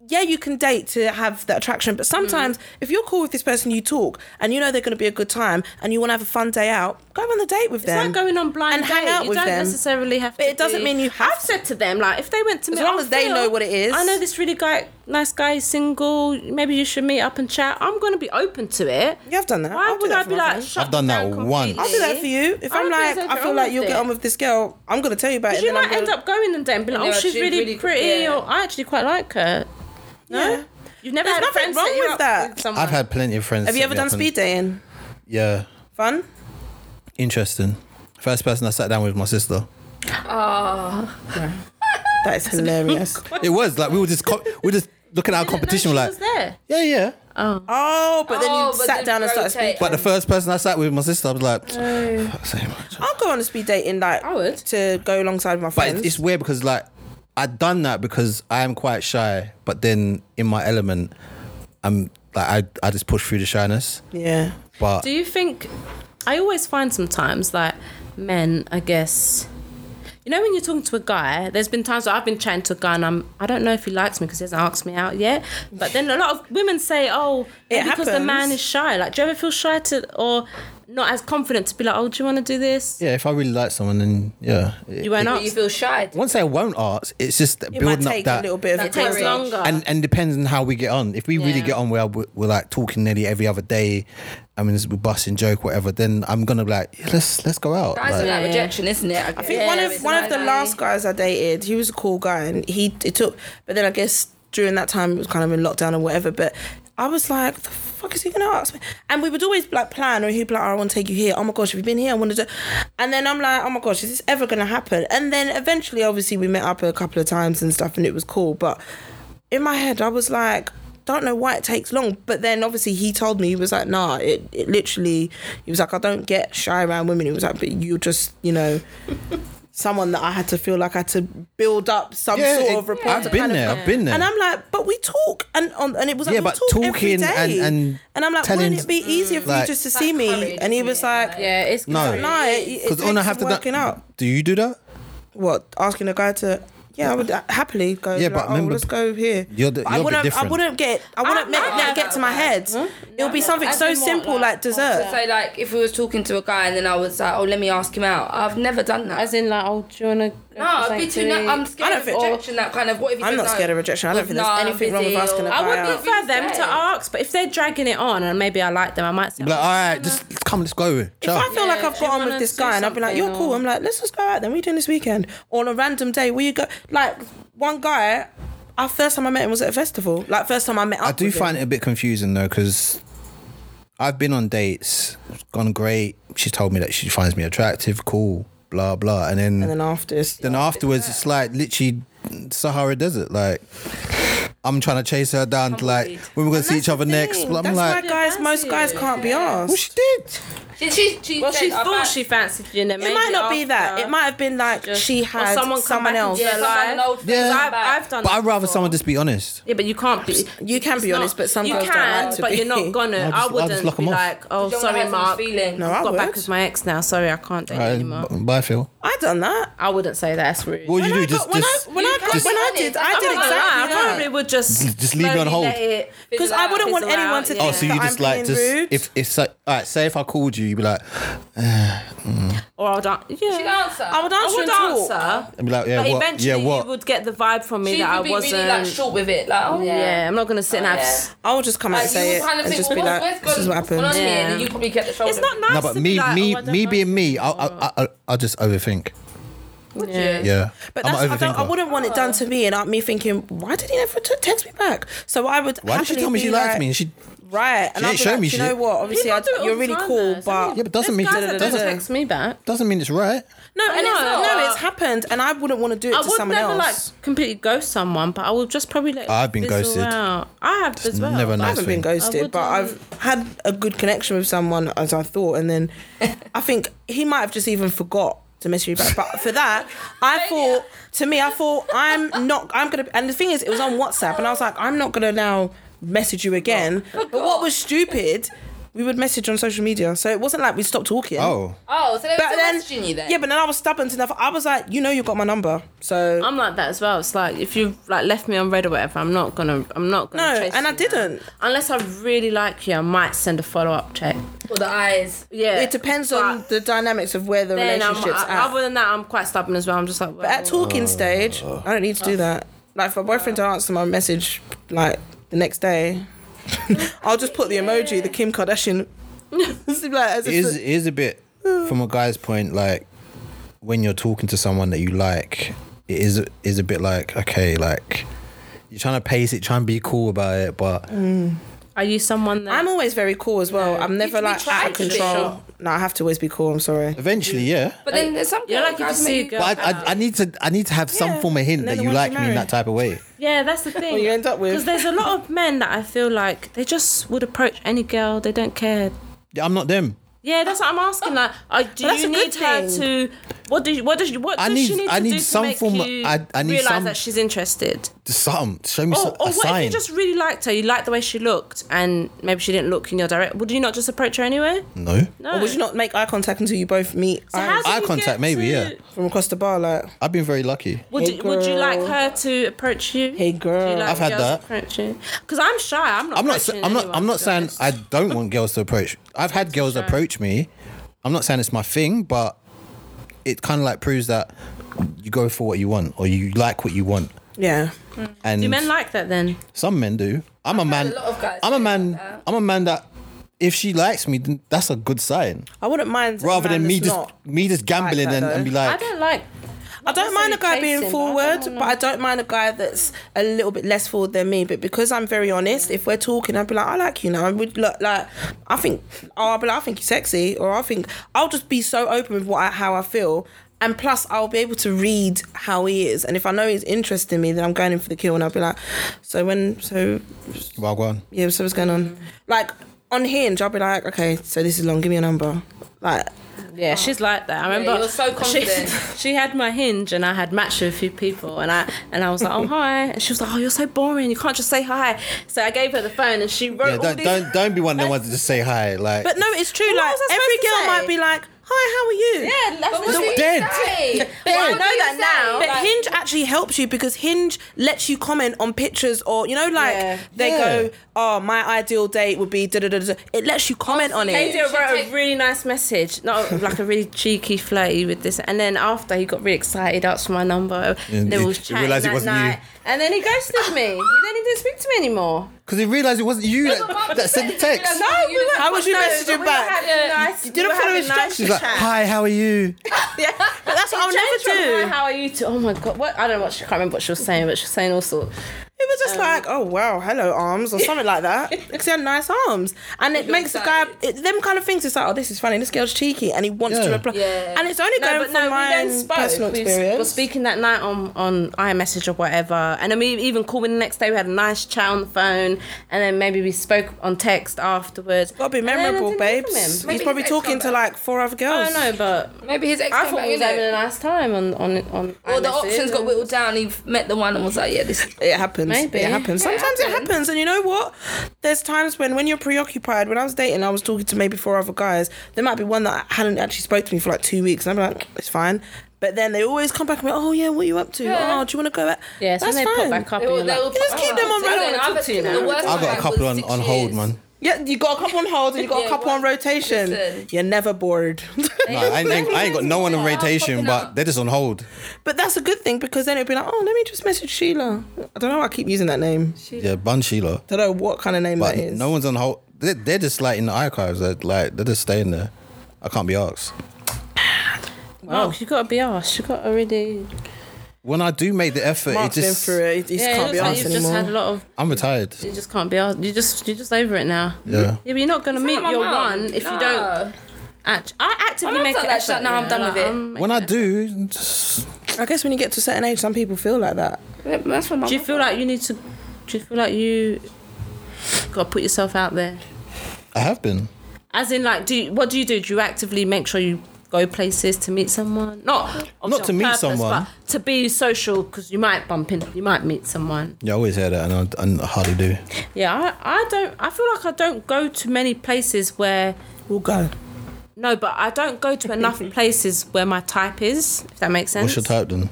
Yeah, you can date to have that attraction, Mm. but sometimes if you're cool with this person, you talk and you know they're going to be a good time and you want to have a fun day out, go on the date with It's them. like going on blind and date. hang out you with don't them. necessarily have. But to it doesn't be- mean you have I've said to them like, if they went to me, long "Oh, as they Phil, know what it is." I know this really guy, nice guy, is single. Maybe you should meet up and chat. I'm going to be open to it. You have done that. Why I'll do would that I for be my like? friends. shut I've done that down once. completely? I'll do that for you. If I I'm like, don't think there's I anything feel wrong like you'll with get it. on with this girl, I'm gonna tell you about it. Because you and then might I'm end gonna- up going and then be like, Yeah, oh, she's she's really, really good, pretty, yeah. or I actually quite like her. Yeah. You've never There's had nothing friends wrong set you with up that. with someone. I've had plenty of friends. Have you set ever me done up and- speed dating? Yeah, Fun? interesting. First person I sat down with was my sister. That is hilarious. It was like we were just co- we were just looking at our competition. We're like, she was there. yeah, yeah. oh, but then you Oh, but sat then down and started rotate. speaking. But the first person I sat with, my sister, I was like, Oh. "Fuck's sake, man." I'll go on a speed dating like I would. to go alongside my But friends. it's, it's weird because like I'd done that because I am quite shy, but then in my element, I'm like I I just push through the shyness. yeah. But Do you think? I always find sometimes like men, I guess. You know when you're talking to a guy, there's been times where I've been chatting to a guy and I'm I don't know if he likes me because he hasn't asked me out yet. But then a lot of women say, oh, It because the man happens. is shy. Like, do you ever feel shy to or not as confident to be like, oh, do you want to do this? yeah, if I really like someone, then yeah. You won't But you ask. feel shy. Once I won't ask, it's just It might building up take that. a little bit of That It takes courage. longer. Uh-huh. and and depends on how we get on. If we really Yeah. get on, where we're, we're like talking nearly every other day, I mean, we're busting joke, whatever. Then I'm gonna be like, yeah, let's let's go out. Guys Like, are Yeah, like yeah. rejection, isn't it? I think one of one of the last guys I dated, he was a cool guy, and he it took. But then I guess during that time it was kind of in lockdown or whatever. But I was like, the fuck is he gonna ask me? And we would always like plan, or he'd be like, oh, I want to take you here. Oh my gosh, have you been here? I want to do. And then I'm like, oh my gosh, is this ever gonna happen? And then eventually, obviously, we met up a couple of times and stuff, and it was cool. But in my head, I was like, don't know why it takes long. But then obviously he told me he was like, nah, it, it literally. He was like, I don't get shy around women. He was like, but you just, you know. Someone that I had to feel like I had to build up some sort it- of rapport. I've to been kind of- there. I've been there. and I'm like, but we talk, and on, and it was like, Yeah, we but talk every talking and- day. and I'm like, telling- wouldn't it be easier for like- you just to That see me? courage, and he isn't was it? like, Yeah, it's No. no, it, it Because takes on I have some to working out. Do you do that? What asking a guy to? Yeah, I would uh, happily go. Yeah, like, but oh, remember- let's go here. You're the- But you're a I bit wouldn't. I different. wouldn't get. I wouldn't make I'm that not get to my about head. It'll be something as so in what, simple like, like, dessert. So like, if we was talking to a guy and then I was like, "Oh, let me ask him out," I've never done that. As in, like, oh, do you wanna? No, I'd be too. No, I'm scared I don't of think- rejection. That kind of. What if he I'm says not no? scared of rejection. I don't Or, think there's anything wrong with busy," asking or- a I guy would out. What prefer you them say? to ask, but if they're dragging it on and maybe I like them, I might say, Be like, all right, just come, let's go. If Ciao. I feel like Yeah, I've do you got on with wanna this do guy and I've been like, you're something cool, or- I'm like, let's just go out then. What are you doing this weekend? Or on a random day, where you go? Like, one guy, our first time I met him was at a festival. Like, first time I met up I do with him. find it a bit confusing though, because I've been on dates, it's gone great. She told me that she finds me attractive, cool, blah blah, and then And then, then after, it's- afterwards it's like literally Sahara Desert. Like I'm trying to chase her down to like when we're gonna see each other next. Dang, But I'm that's like, why guys, most guys can't be well, asked. she did. She, she, she Well, said, she "I thought might- she fancied you, and then It might not be that. It might have been like she had someone, else. Yeah, someone old friend Yeah. come I've, back. I've done. But that I'd rather before. someone just be honest. Yeah, but you can't be. You can it's be honest, but some you girls can, don't like to but be. you're not I'll gonna. I just- I'll wouldn't just lock 'em be off. like, oh, Don't sorry, hurt someone's Mark. feeling. No, I've I got back would. with my ex now. Sorry, I can't date you All anymore. right, bye, Phil. I done that. I wouldn't say that's rude. What would you When I do? got- Just, when just I when I You got- can, when I innit? did, I'm I not did gonna lie, exactly I probably that. would just just leave me on slowly hold. let it Because I wouldn't want fizzle anyone out, to yeah. Oh, think so you that just I'm like being just rude. if if so, all right, say if I called you, you'd be like, or I'd an- yeah. She'd answer. I would answer. would and answer. talk. I'd be like, yeah, But what, eventually, yeah, you what? would get the vibe from me She that I would be wasn't. really like short with it. Like, oh yeah. yeah. I'm not gonna sit and have. yeah. I would just come out and Like, you say would it kind of and think, just be like, well, what's this is what going on happened. here? Yeah. And you probably kept the shoulder. It's not nice. No, to but be me, like, me, oh, I don't me like being you. me, I, I, I, I just overthink. Yeah. Yeah, But I'm that's, an I, don't, I overthinker. wouldn't want it done to me, and uh, me thinking, why did he never t- text me back? So I would. Why did she happily tell me be she liked like, me? And she Right, and ain't I'd be show like, me do you know shit." what? Obviously, I, People do it all you're the really time, cool, though, so I but mean- yeah, but doesn't There's mean guys that don't doesn't, text me back. doesn't mean it's right. no, and it's know. not. No, it's happened, and I wouldn't want to do it I to would someone never else. like completely ghost someone, but I will just probably let. it I've been fizzle ghosted. out. I have as well. never but- I nice haven't thing. been ghosted, but I've had a good connection with someone as I thought, and then I think he might have just even forgot to message me back. But for that, I thought to me, I thought I'm not, I'm gonna. And the thing is, it was on WhatsApp, and I was like, I'm not gonna now message you again. Oh But what was stupid, we would message on social media, so it wasn't like we stopped talking. Oh, Oh, so they were But still then, messaging you then? yeah, but then I was stubborn enough. I was like, you know, you got my number, so I'm like that as well. It's like if you've like left me on red or whatever, I'm not gonna. I'm not gonna. No, chase and you I didn't. down. Unless I really like you, I might send a follow up check. Or the eyes. Yeah, it depends on the dynamics of where the Then I'm, relationship's I- at. other than that, I'm quite stubborn as well. I'm just like. Well, But at talking stage, I don't need to do that. Like, if my boyfriend don't answer my message, like, the next day, I'll just put the emoji, the Kim Kardashian. It's like, as it if- is it is a bit from a guy's point like when you're talking to someone that you like, it is is a bit like okay, like you're trying to pace it, trying to be cool about it, but Mm. Are you someone that? I'm always very cool as well. I'm never, should be like, out trying of to be. control. No, I have to always be cool. I'm sorry. eventually, yeah. But then there's some You're girl- like if you guys see a make girl. you- But I, I, I need to I need to have some Yeah, form of hint and that then you the like ones you me in marry. that type of way. Yeah, that's the thing. you end up with- Because there's a lot of men that I feel like they just would approach any girl. They don't care. Yeah, I'm not them. Yeah, that's what I'm asking. Like, uh, do But that's you a good need her thing. to? What does what does what I does she need- need I to need do some to make form of- you I- I need realize some- that she's interested? Some show me Or, some, a or Oh, what if you sign. just really liked her? You liked the way she looked, and maybe she didn't look in your direct. Would you not just approach her anyway? no, No. Or would you not make eye contact until you both meet So how eyes do Eye you get contact, maybe, to- yeah. from across the bar? Like, I've been very lucky. Would Hey, you, would you like girl. her to approach you? hey, Do you girl. like I've had girls that. Approach you? Because I'm shy. I'm not. I'm not. sa- approaching I'm not. anyone, I'm not to be saying honest. I don't want girls to approach. I've had girls approach me. I'm not saying it's my thing, but it kind of like proves that you go for what you want or you like what you want. yeah. And Do men like that then? some men do. I'm a man. a lot of guys I'm a say man. like that. I'm a man that if she likes me, then that's a good sign. I wouldn't mind. a Rather man than me that's just not. me just gambling that and, though. and be I like, don't like. I don't mind a guy being chasing, but I don't forward, wanna- but I don't mind a guy that's a little bit less forward than me. But because I'm very honest, if we're talking, I'd be like, I like you now. I would look like, I think, oh, I'll be like, I think you're sexy, or I think I'll just be so open with what I, how I feel. And plus, I'll be able to read how he is, and if I know he's interested in me, then I'm going in for the kill, and I'll be like, so when, so Well, go on. yeah, so what's going on? Like on Hinge, I'll be like, okay, so this is long. Give me a number. Like, Yeah, she's like that. I remember you're so confident. She, she had my hinge and I had matched with a few people and I and I was like, Oh hi and she was like, Oh, you're so boring, you can't just say hi. So I gave her the phone and she wrote Yeah, all don't these don't don't be one that wants to just say hi. Like but no, it's true. what like was I every supposed to girl say? might be like, hi, how are you? Yeah, that's What the- do you dead. say? But I What know do you that say? now. But Like, Hinge actually helps you because Hinge lets you comment on pictures or you know like Yeah. they Yeah. go, oh my ideal date would be da da da da. It lets you comment on it. Katie You wrote should a take- really nice message, not like a really cheeky, flirty with this. And then after he got really excited, asked for my number. And And then he- we was he chatting realised it that wasn't you. night, and then he ghosted me. he then he didn't speak to me anymore. because he realized it wasn't you what that, Mark that sent the said. He text. realised- No, you we didn't- weren't- How would you no, message him we were back? having nice- You didn't we were follow having nice She's like, chat. "Hi, how are you?" yeah, but that's what I'll Changed from, never "Hi, do. How are you? To oh my god, what? I don't know what she I can't remember what she was saying, but she was saying all sorts. It was just like, oh wow, hello arms or something like that. Because he had nice arms, and it makes the guy it, them kind of things. It's like, oh, this is funny. This girl's cheeky, and he wants to Yeah. reply. Yeah. And it's only going from my personal We experience. were speaking that night on on iMessage or whatever, and then we even called in the next day. We had a nice chat on the phone, and then maybe we spoke on text afterwards. Gotta be And then I memorable, didn't hear from babes. him. He's Maybe probably his ex talking to number. like four other I girls. don't know, but Maybe his ex. I thought we was having a it. nice time on on on. Well, the iMessage, options got and- whittled down. He met the one and was like, yeah, this. It happens. Maybe. It happens. Yeah, it Sometimes it happens. happens. And you know what? There's times when when you're preoccupied, when I was dating, I was talking to maybe four other guys. There might be one that hadn't actually spoke to me for like two weeks. And I'm like, it's fine. But then they always come back and be like, oh, yeah, what are you up to? Yeah. Oh, do you want to go out? Yeah, so when That's they fine. put back up. and you're like, just keep them on I rotation. don't know, I've- you the now. worst I've got time a couple was on, six on hold, years. man. Yeah, you got a couple on hold and you got a Yeah, couple on well, rotation. listen. You're never bored. No, I ain't, I ain't got no one on Yeah, rotation, popping but up. they're just on hold. but that's a good thing because then it'd be like, oh, let me just message Sheila. I don't know why I keep using that name. Yeah, Bun Sheila. don't know what kind of name But that is. no one's on hold. They're, they're just like in the archives. They're, like they're just staying there. I can't be asked. oh, you got to be asked. You got to really. When I do make the effort, Mark's it been just through it. He just Yeah, can't it be looks like asked you've just had a anymore. lot of. I'm retired. You just can't be asked. You just you're just over it now. Yeah. Yeah, but you're not gonna meet my your mum. one if you No. don't. Act- I actively mum's make not it. like that. effort, No, I'm you done know, um, with it. I'm- When I do, just, I guess when you get to a certain age, some people feel like that. Yeah, That's what my do you feel like you need to? Do you feel like you got to put yourself out there? I have been. As in, like, do you, what do you do? Do you actively make sure you go places to meet someone? Not obviously Not to on meet purpose, someone. but to be social because you might bump in, you might meet someone. Yeah, I always hear that, and I, and I hardly do. Yeah, I, I don't. I feel like I don't go to many places where. We'll go. No, but I don't go to enough places where my type is. If that makes sense. What's your type then?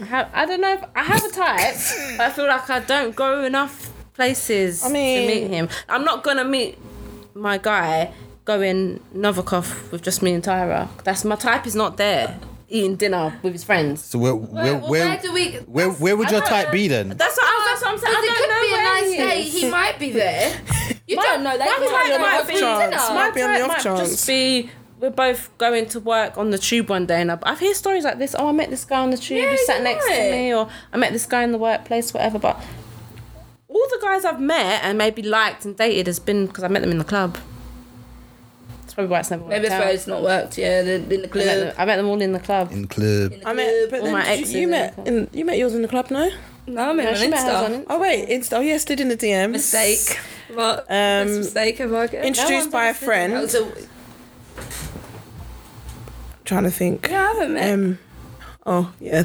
I, have, I don't know. If, I have a type, but I feel like I don't go enough places I mean- to meet him. I'm not gonna meet my guy going Novikov with just me and Tyra. That's my type is not there eating dinner with his friends. So where where well, where where do we- where, where would I your don't type know. be then? That's what, I, that's what I'm saying. I Because don't know it could be a where nice he day. is. He might be there. You don't know. They Why would might I go might out for be- dinner. Might be on the type off chance. just be we're both going to work on the tube one day, and I- I've heard stories like this. Oh, I met this guy on the tube. Yeah, he sat you next to might. me, or I met this guy in the workplace, whatever. But all the guys I've met and maybe liked and dated has been because I met them in the club. That's probably why it's never worked Maybe it's out. where it's not worked. Yeah, the- in the I met, club. them, I met them all in the club. In the club. In the I met, club. but All then my you- exes you, in met the club. in, you met yours in the club, no? No, I met No, him she on met hers on Insta. Insta. Oh wait, Insta. Oh yes, did in the DMs. Mistake. What? Um, Best mistake ever. I guess. Introduced one's by a ever seen friend. That was a- trying to think. Yeah, I haven't met. Um, oh yeah.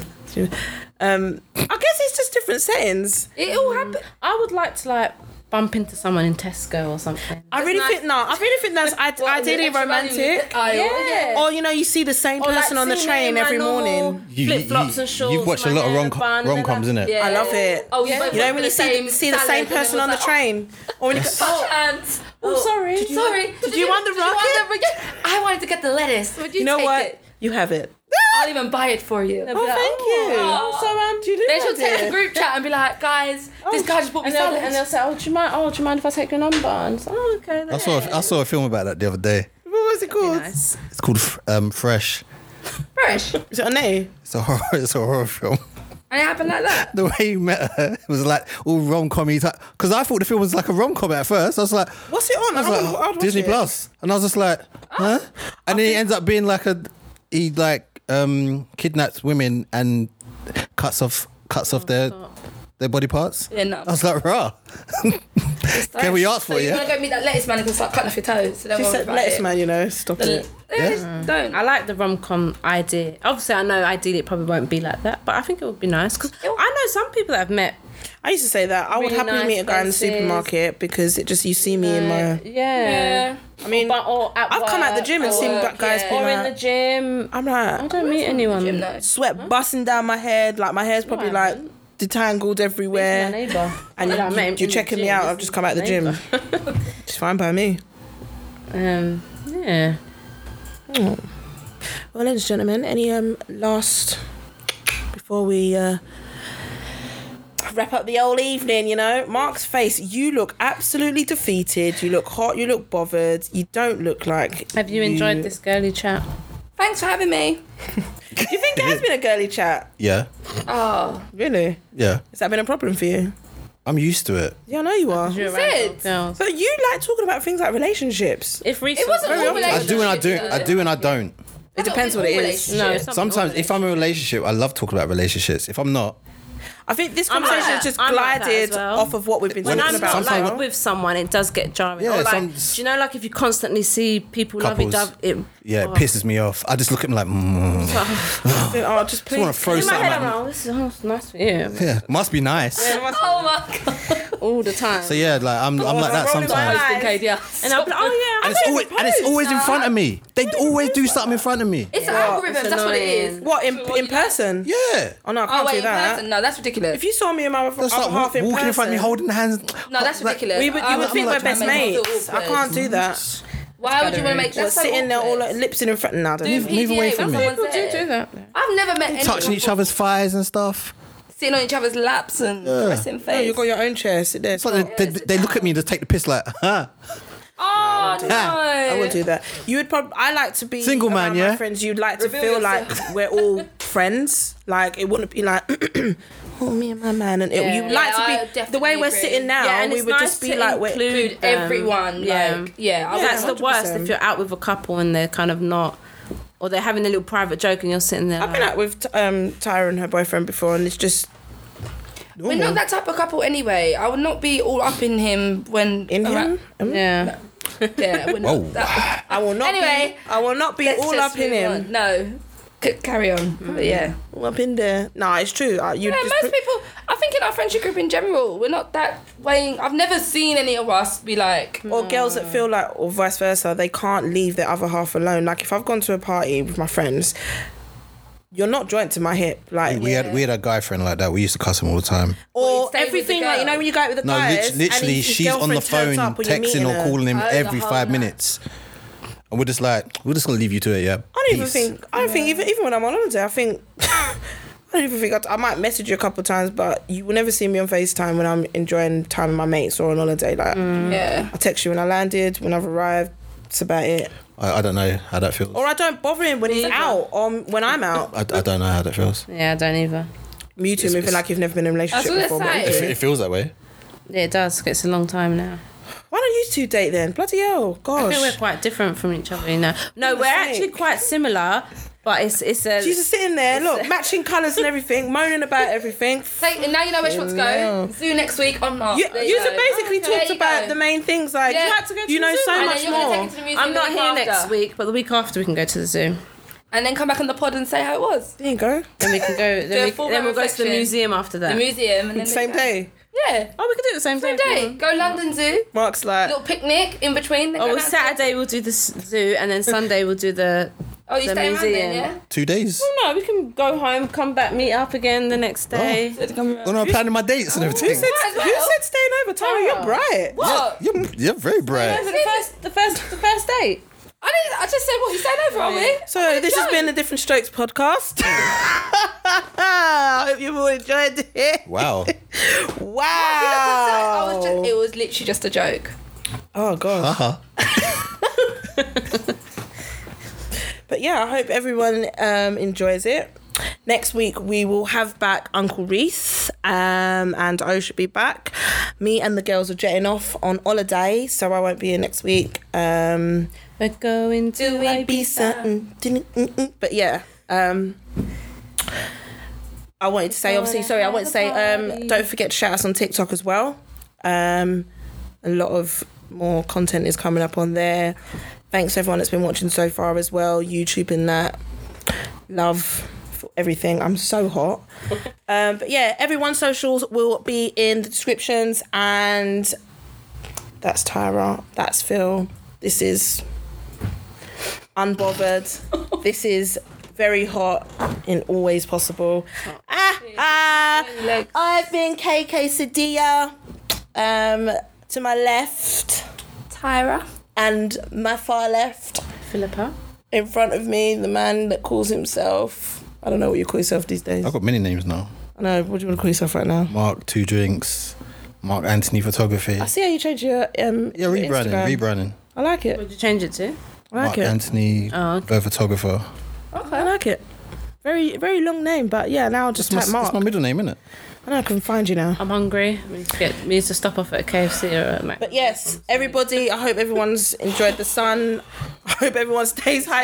Um, I guess it's just different settings. it all happened. I would like to like bump into someone in Tesco or something. I really nice. think no. I really think that's I, What, ideally extra value in the romantic. aisle? Yeah. Or you know, you see the same Or, like, person on the seeing me in train my every normal morning. You- you- flip-flops you- and shorts. You've watched a my lot of hair in rom a bun, and rom then coms, I- innit? Yeah. I love it. Oh, you Yeah. both You know when went for you the see same see the same salad and it person was on the like, train, or when you go, Oh, hands. Oh, sorry. Did you- Sorry. did you want the did you rocket? the rocket? I wanted to get the lettuce. Would you, you know take what? It? You have it. I'll even buy it for you. Oh, thank you. Oh. so um, do you do They that, should take dear? a group chat and be like, guys, this guy just bought me And they'll, salad. and they'll say, oh, do you mind? Oh, do you mind if I take your number? And it's like, oh, okay. I saw a, I saw a film about that the other day. What was it called? nice. It's called F- um, Fresh. Irish. And Is it on there? It's a horror. It's a horror film. it happened like that. The way he met her was like all rom com type. Because I thought the film was like a rom com at first. I was like, What's it on? I was I like, wanna- I wanna watch Disney it. Plus, and I was just like, huh? And then he ends up being like a he like um kidnaps women and cuts off cuts Oh, off their their body parts. Yeah, no. I was like, rah. Can we ask so for it, you? yeah? You're gonna go meet that lettuce man and gonna start cutting off your toes. So don't She Oh, worry said, about "Lettuce it. man, you know, stop it." Yeah, just don't. I like the rom com idea. Obviously, I know ideally it probably won't be like that, but I think it would be nice because I know some people that I've met. I used to say that I would Really happily nice meet a guy in the places. supermarket because it just you see me in my. yeah. I mean, But or at I've come out the work, gym and or- seen work, black guys yeah. being or in like- the gym. I'm I like don't meet anyone. Gym, though. sweat busting down my head, like my hair's probably I like haven't. detangled My everywhere, neighbour. and Yeah, I met him in you, the are checking me gym. out. This I've is just come out of the my gym. neighbour. It's fine by me. Um, yeah. Well, ladies and gentlemen, any um last before we uh wrap up the old evening, you know, Mark's face. You look absolutely defeated. You look hot. You look bothered. You don't look like. Have you enjoyed this girly chat? Thanks for having me. Do you think it has been a girly chat? Yeah, Oh, Really? yeah. Has that been a problem for you? I'm used to it. Yeah, I know you are. You're Is right, it? girls. But you like talking about things like relationships. If recent, it wasn't all I relationship. do and I do. I do and I don't. It depends what it is. No, it's not Sometimes, if I'm in a relationship, I love talking about relationships. If I'm not, I think this I'm like conversation has that. just I'm like that glided as well. off of what we've been When when talking I'm about. not Sometimes like when- with someone, it does get jarring. Yeah, or like, some- do you know, like if you constantly see people lovey Couples. dovey, it yeah, it oh. pisses me off. I just look at them like, mm, I Oh, want just please. to throw In my something. head, at I'm like, 'em. oh, this is oh, it's nice for you Yeah, must be nice. Oh my god. all the time. So yeah, like I'm, I'm like that I'm rolling my sometimes. eyes. Okay, yeah. and I'll be like, oh yeah, and I it's don't always even and it's propose. always in front of me. They always do something in front of me. It's an algorithm. It's That's what it annoying. is. What in in person? Yeah. Oh no, I can't Oh wait, do in that. person? No, that's ridiculous. If you saw me in my other That's other like half walking in person, in front of me, holding hands. No, that's Like, ridiculous. we would, you I would would- think I'm we're like best trying to make it mates. feel I can't do that. Why would you want to make We're that so sitting there all awkward? like, lips in in front. No, I don't Do know. move away PDA, from that's me. what People do someone do said. that. I've never met anyone touching each other's thighs and stuff. sitting on each other's laps and pressing Oh, face. you got your own chair. Sit there. It's like they, they, they look at me and just take the piss like, huh? oh no! I would do that. You would probably. I like to be Single man, around My yeah? friends, you'd like to Reveal feel yourself. like we're all friends. Like it wouldn't be like, oh me and my man, and it, you'd Yeah, like I to be the definitely way we're agree. sitting now. Yeah, and we it's would nice just be to like, we're, include Include everyone. yeah. Like, yeah. I would- That's the worst 100%. if you're out with a couple and they're kind of not, or they're having a little private joke and you're sitting there. I've been like, out with um, Tyra and her boyfriend before, and it's just We're not that type of couple anyway. I would not be all up in him when in him. Um, yeah. Yeah, we're Whoa. not. That, I will not. Anyway, be, I will not be let's all just up in move him. on. No, C- carry on. But yeah. All up in there. Nah, it's true. Uh, you Yeah, Mm. just most people. I think in our friendship group in general, we're not that weighing. I've never seen any of us be like. or girls that feel like, or vice versa, they can't leave their other half alone. Like if I've gone to a party with my friends, you're not joint to my hip. Like We had we had a guy friend like that. We used to cuss him all the time. or Well, you stay with the everything like you know girl. when you go out with the No, guys. lit- literally, and his she's on the girlfriend turns phone up when you're texting meeting or her. calling him Oh, the every whole five night. minutes, and we're just like, we're just gonna leave you to it. Yeah. I don't even think. I don't think even even when I'm on holiday, I think. I don't even think I'd- I, might message you a couple of times, but you will never see me on Facetime when I'm enjoying time with my mates or on holiday. Like Yeah. I text you when I landed, when I've arrived. It's about it. I, I don't know how that feels. Or I don't bother him when he's out or when I'm out. I, I don't know how that feels. Yeah, I don't either. Mute him if it's- like you've never been in a relationship That's before. what I but- say. It, it feels that way. Yeah, it does. 'cause It's a long time now. Why don't you two date then? Bloody hell, I think gosh. we're quite different from each other, you know. No, For we're sake. actually quite similar, but it's it's a She's just sitting there, look, matching colours and everything, moaning about everything. Take, and now you know where she wants to go. Zoo next week on March. You, There you go. basically There talked you about go. the main things, like Yeah. you, You had to go to know the zoo, so And and much then then you're gonna take more. it to the museum I'm the not week here after. next week, but the week after we can go to the zoo. And then come back on the pod and say how it was. There you go. Then we can go. a Then, we, full then we'll go to the reflection. museum after that. The museum and then Same Mm-hmm. there day. you go. Yeah. oh, we could do it the same, Same day. Go London Zoo. Mark's like, Little picnic in between. then Oh, go well, down to- Saturday we'll do the s- zoo, and then Sunday we'll do the. Oh, you the stay around museum. then, yeah. Two days. No, we can go home, come back, meet up again the next day. Oh, no, I'm planning my dates and who everything. said, Might as who well. said staying over? Tyra, you're bright. What? You're, you're very bright. Remember the first, the first, the first date. I didn't. I just said what you said over, are we? So this has been the Different Strokes podcast. I hope you've all enjoyed it. Wow. Wow. I was just. It was literally just a joke. oh, God. Uh huh. But yeah, I hope everyone um, enjoys it. Next week we will have back Uncle Reese um, and I should be back. Me and the girls are jetting off on holiday, so I won't be here next week. Um, We're going to be certain. But yeah, um, I wanted to say obviously. Sorry, I wanted to say. Um, don't forget to shout us on TikTok as well. Um, a lot of more content is coming up on there. Thanks to everyone that's been watching so far as well. YouTube and that love for everything. I'm so hot. Um, but yeah, everyone's socials will be in the descriptions and. That's Tyra. That's Phil. This is unbothered. this is very hot and always possible. Ah, ah, I've been KK Sadia um, to my left Tyra. and my far left. Philippa. In front of me, the man that calls himself. I don't know what you call yourself these days. I've got many names now. I know. What do you want to call yourself right now? Mark Two Drinks, Mark Anthony Photography. I see how you change your um. Yeah, your rebranding, Instagram. rebranding. I like What it. did you change it to? I like Mark it. Anthony, Oh, bird photographer. I like it. Very very long name, but yeah. Now I'll just It's my, type it's Mark. my middle name, isn't it? I know I can find you now. I'm hungry. We need to, get, we need to stop off at a KFC or a Mac. But yes, everybody, I hope everyone's enjoyed the sun. I hope everyone stays Oh,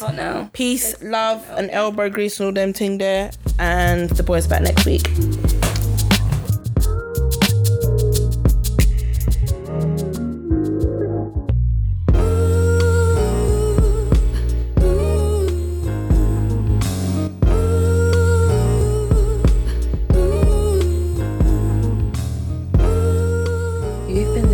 hydrated. hot now. Peace, love, and elbow grease and all them ting there. And the boys back next week. You've been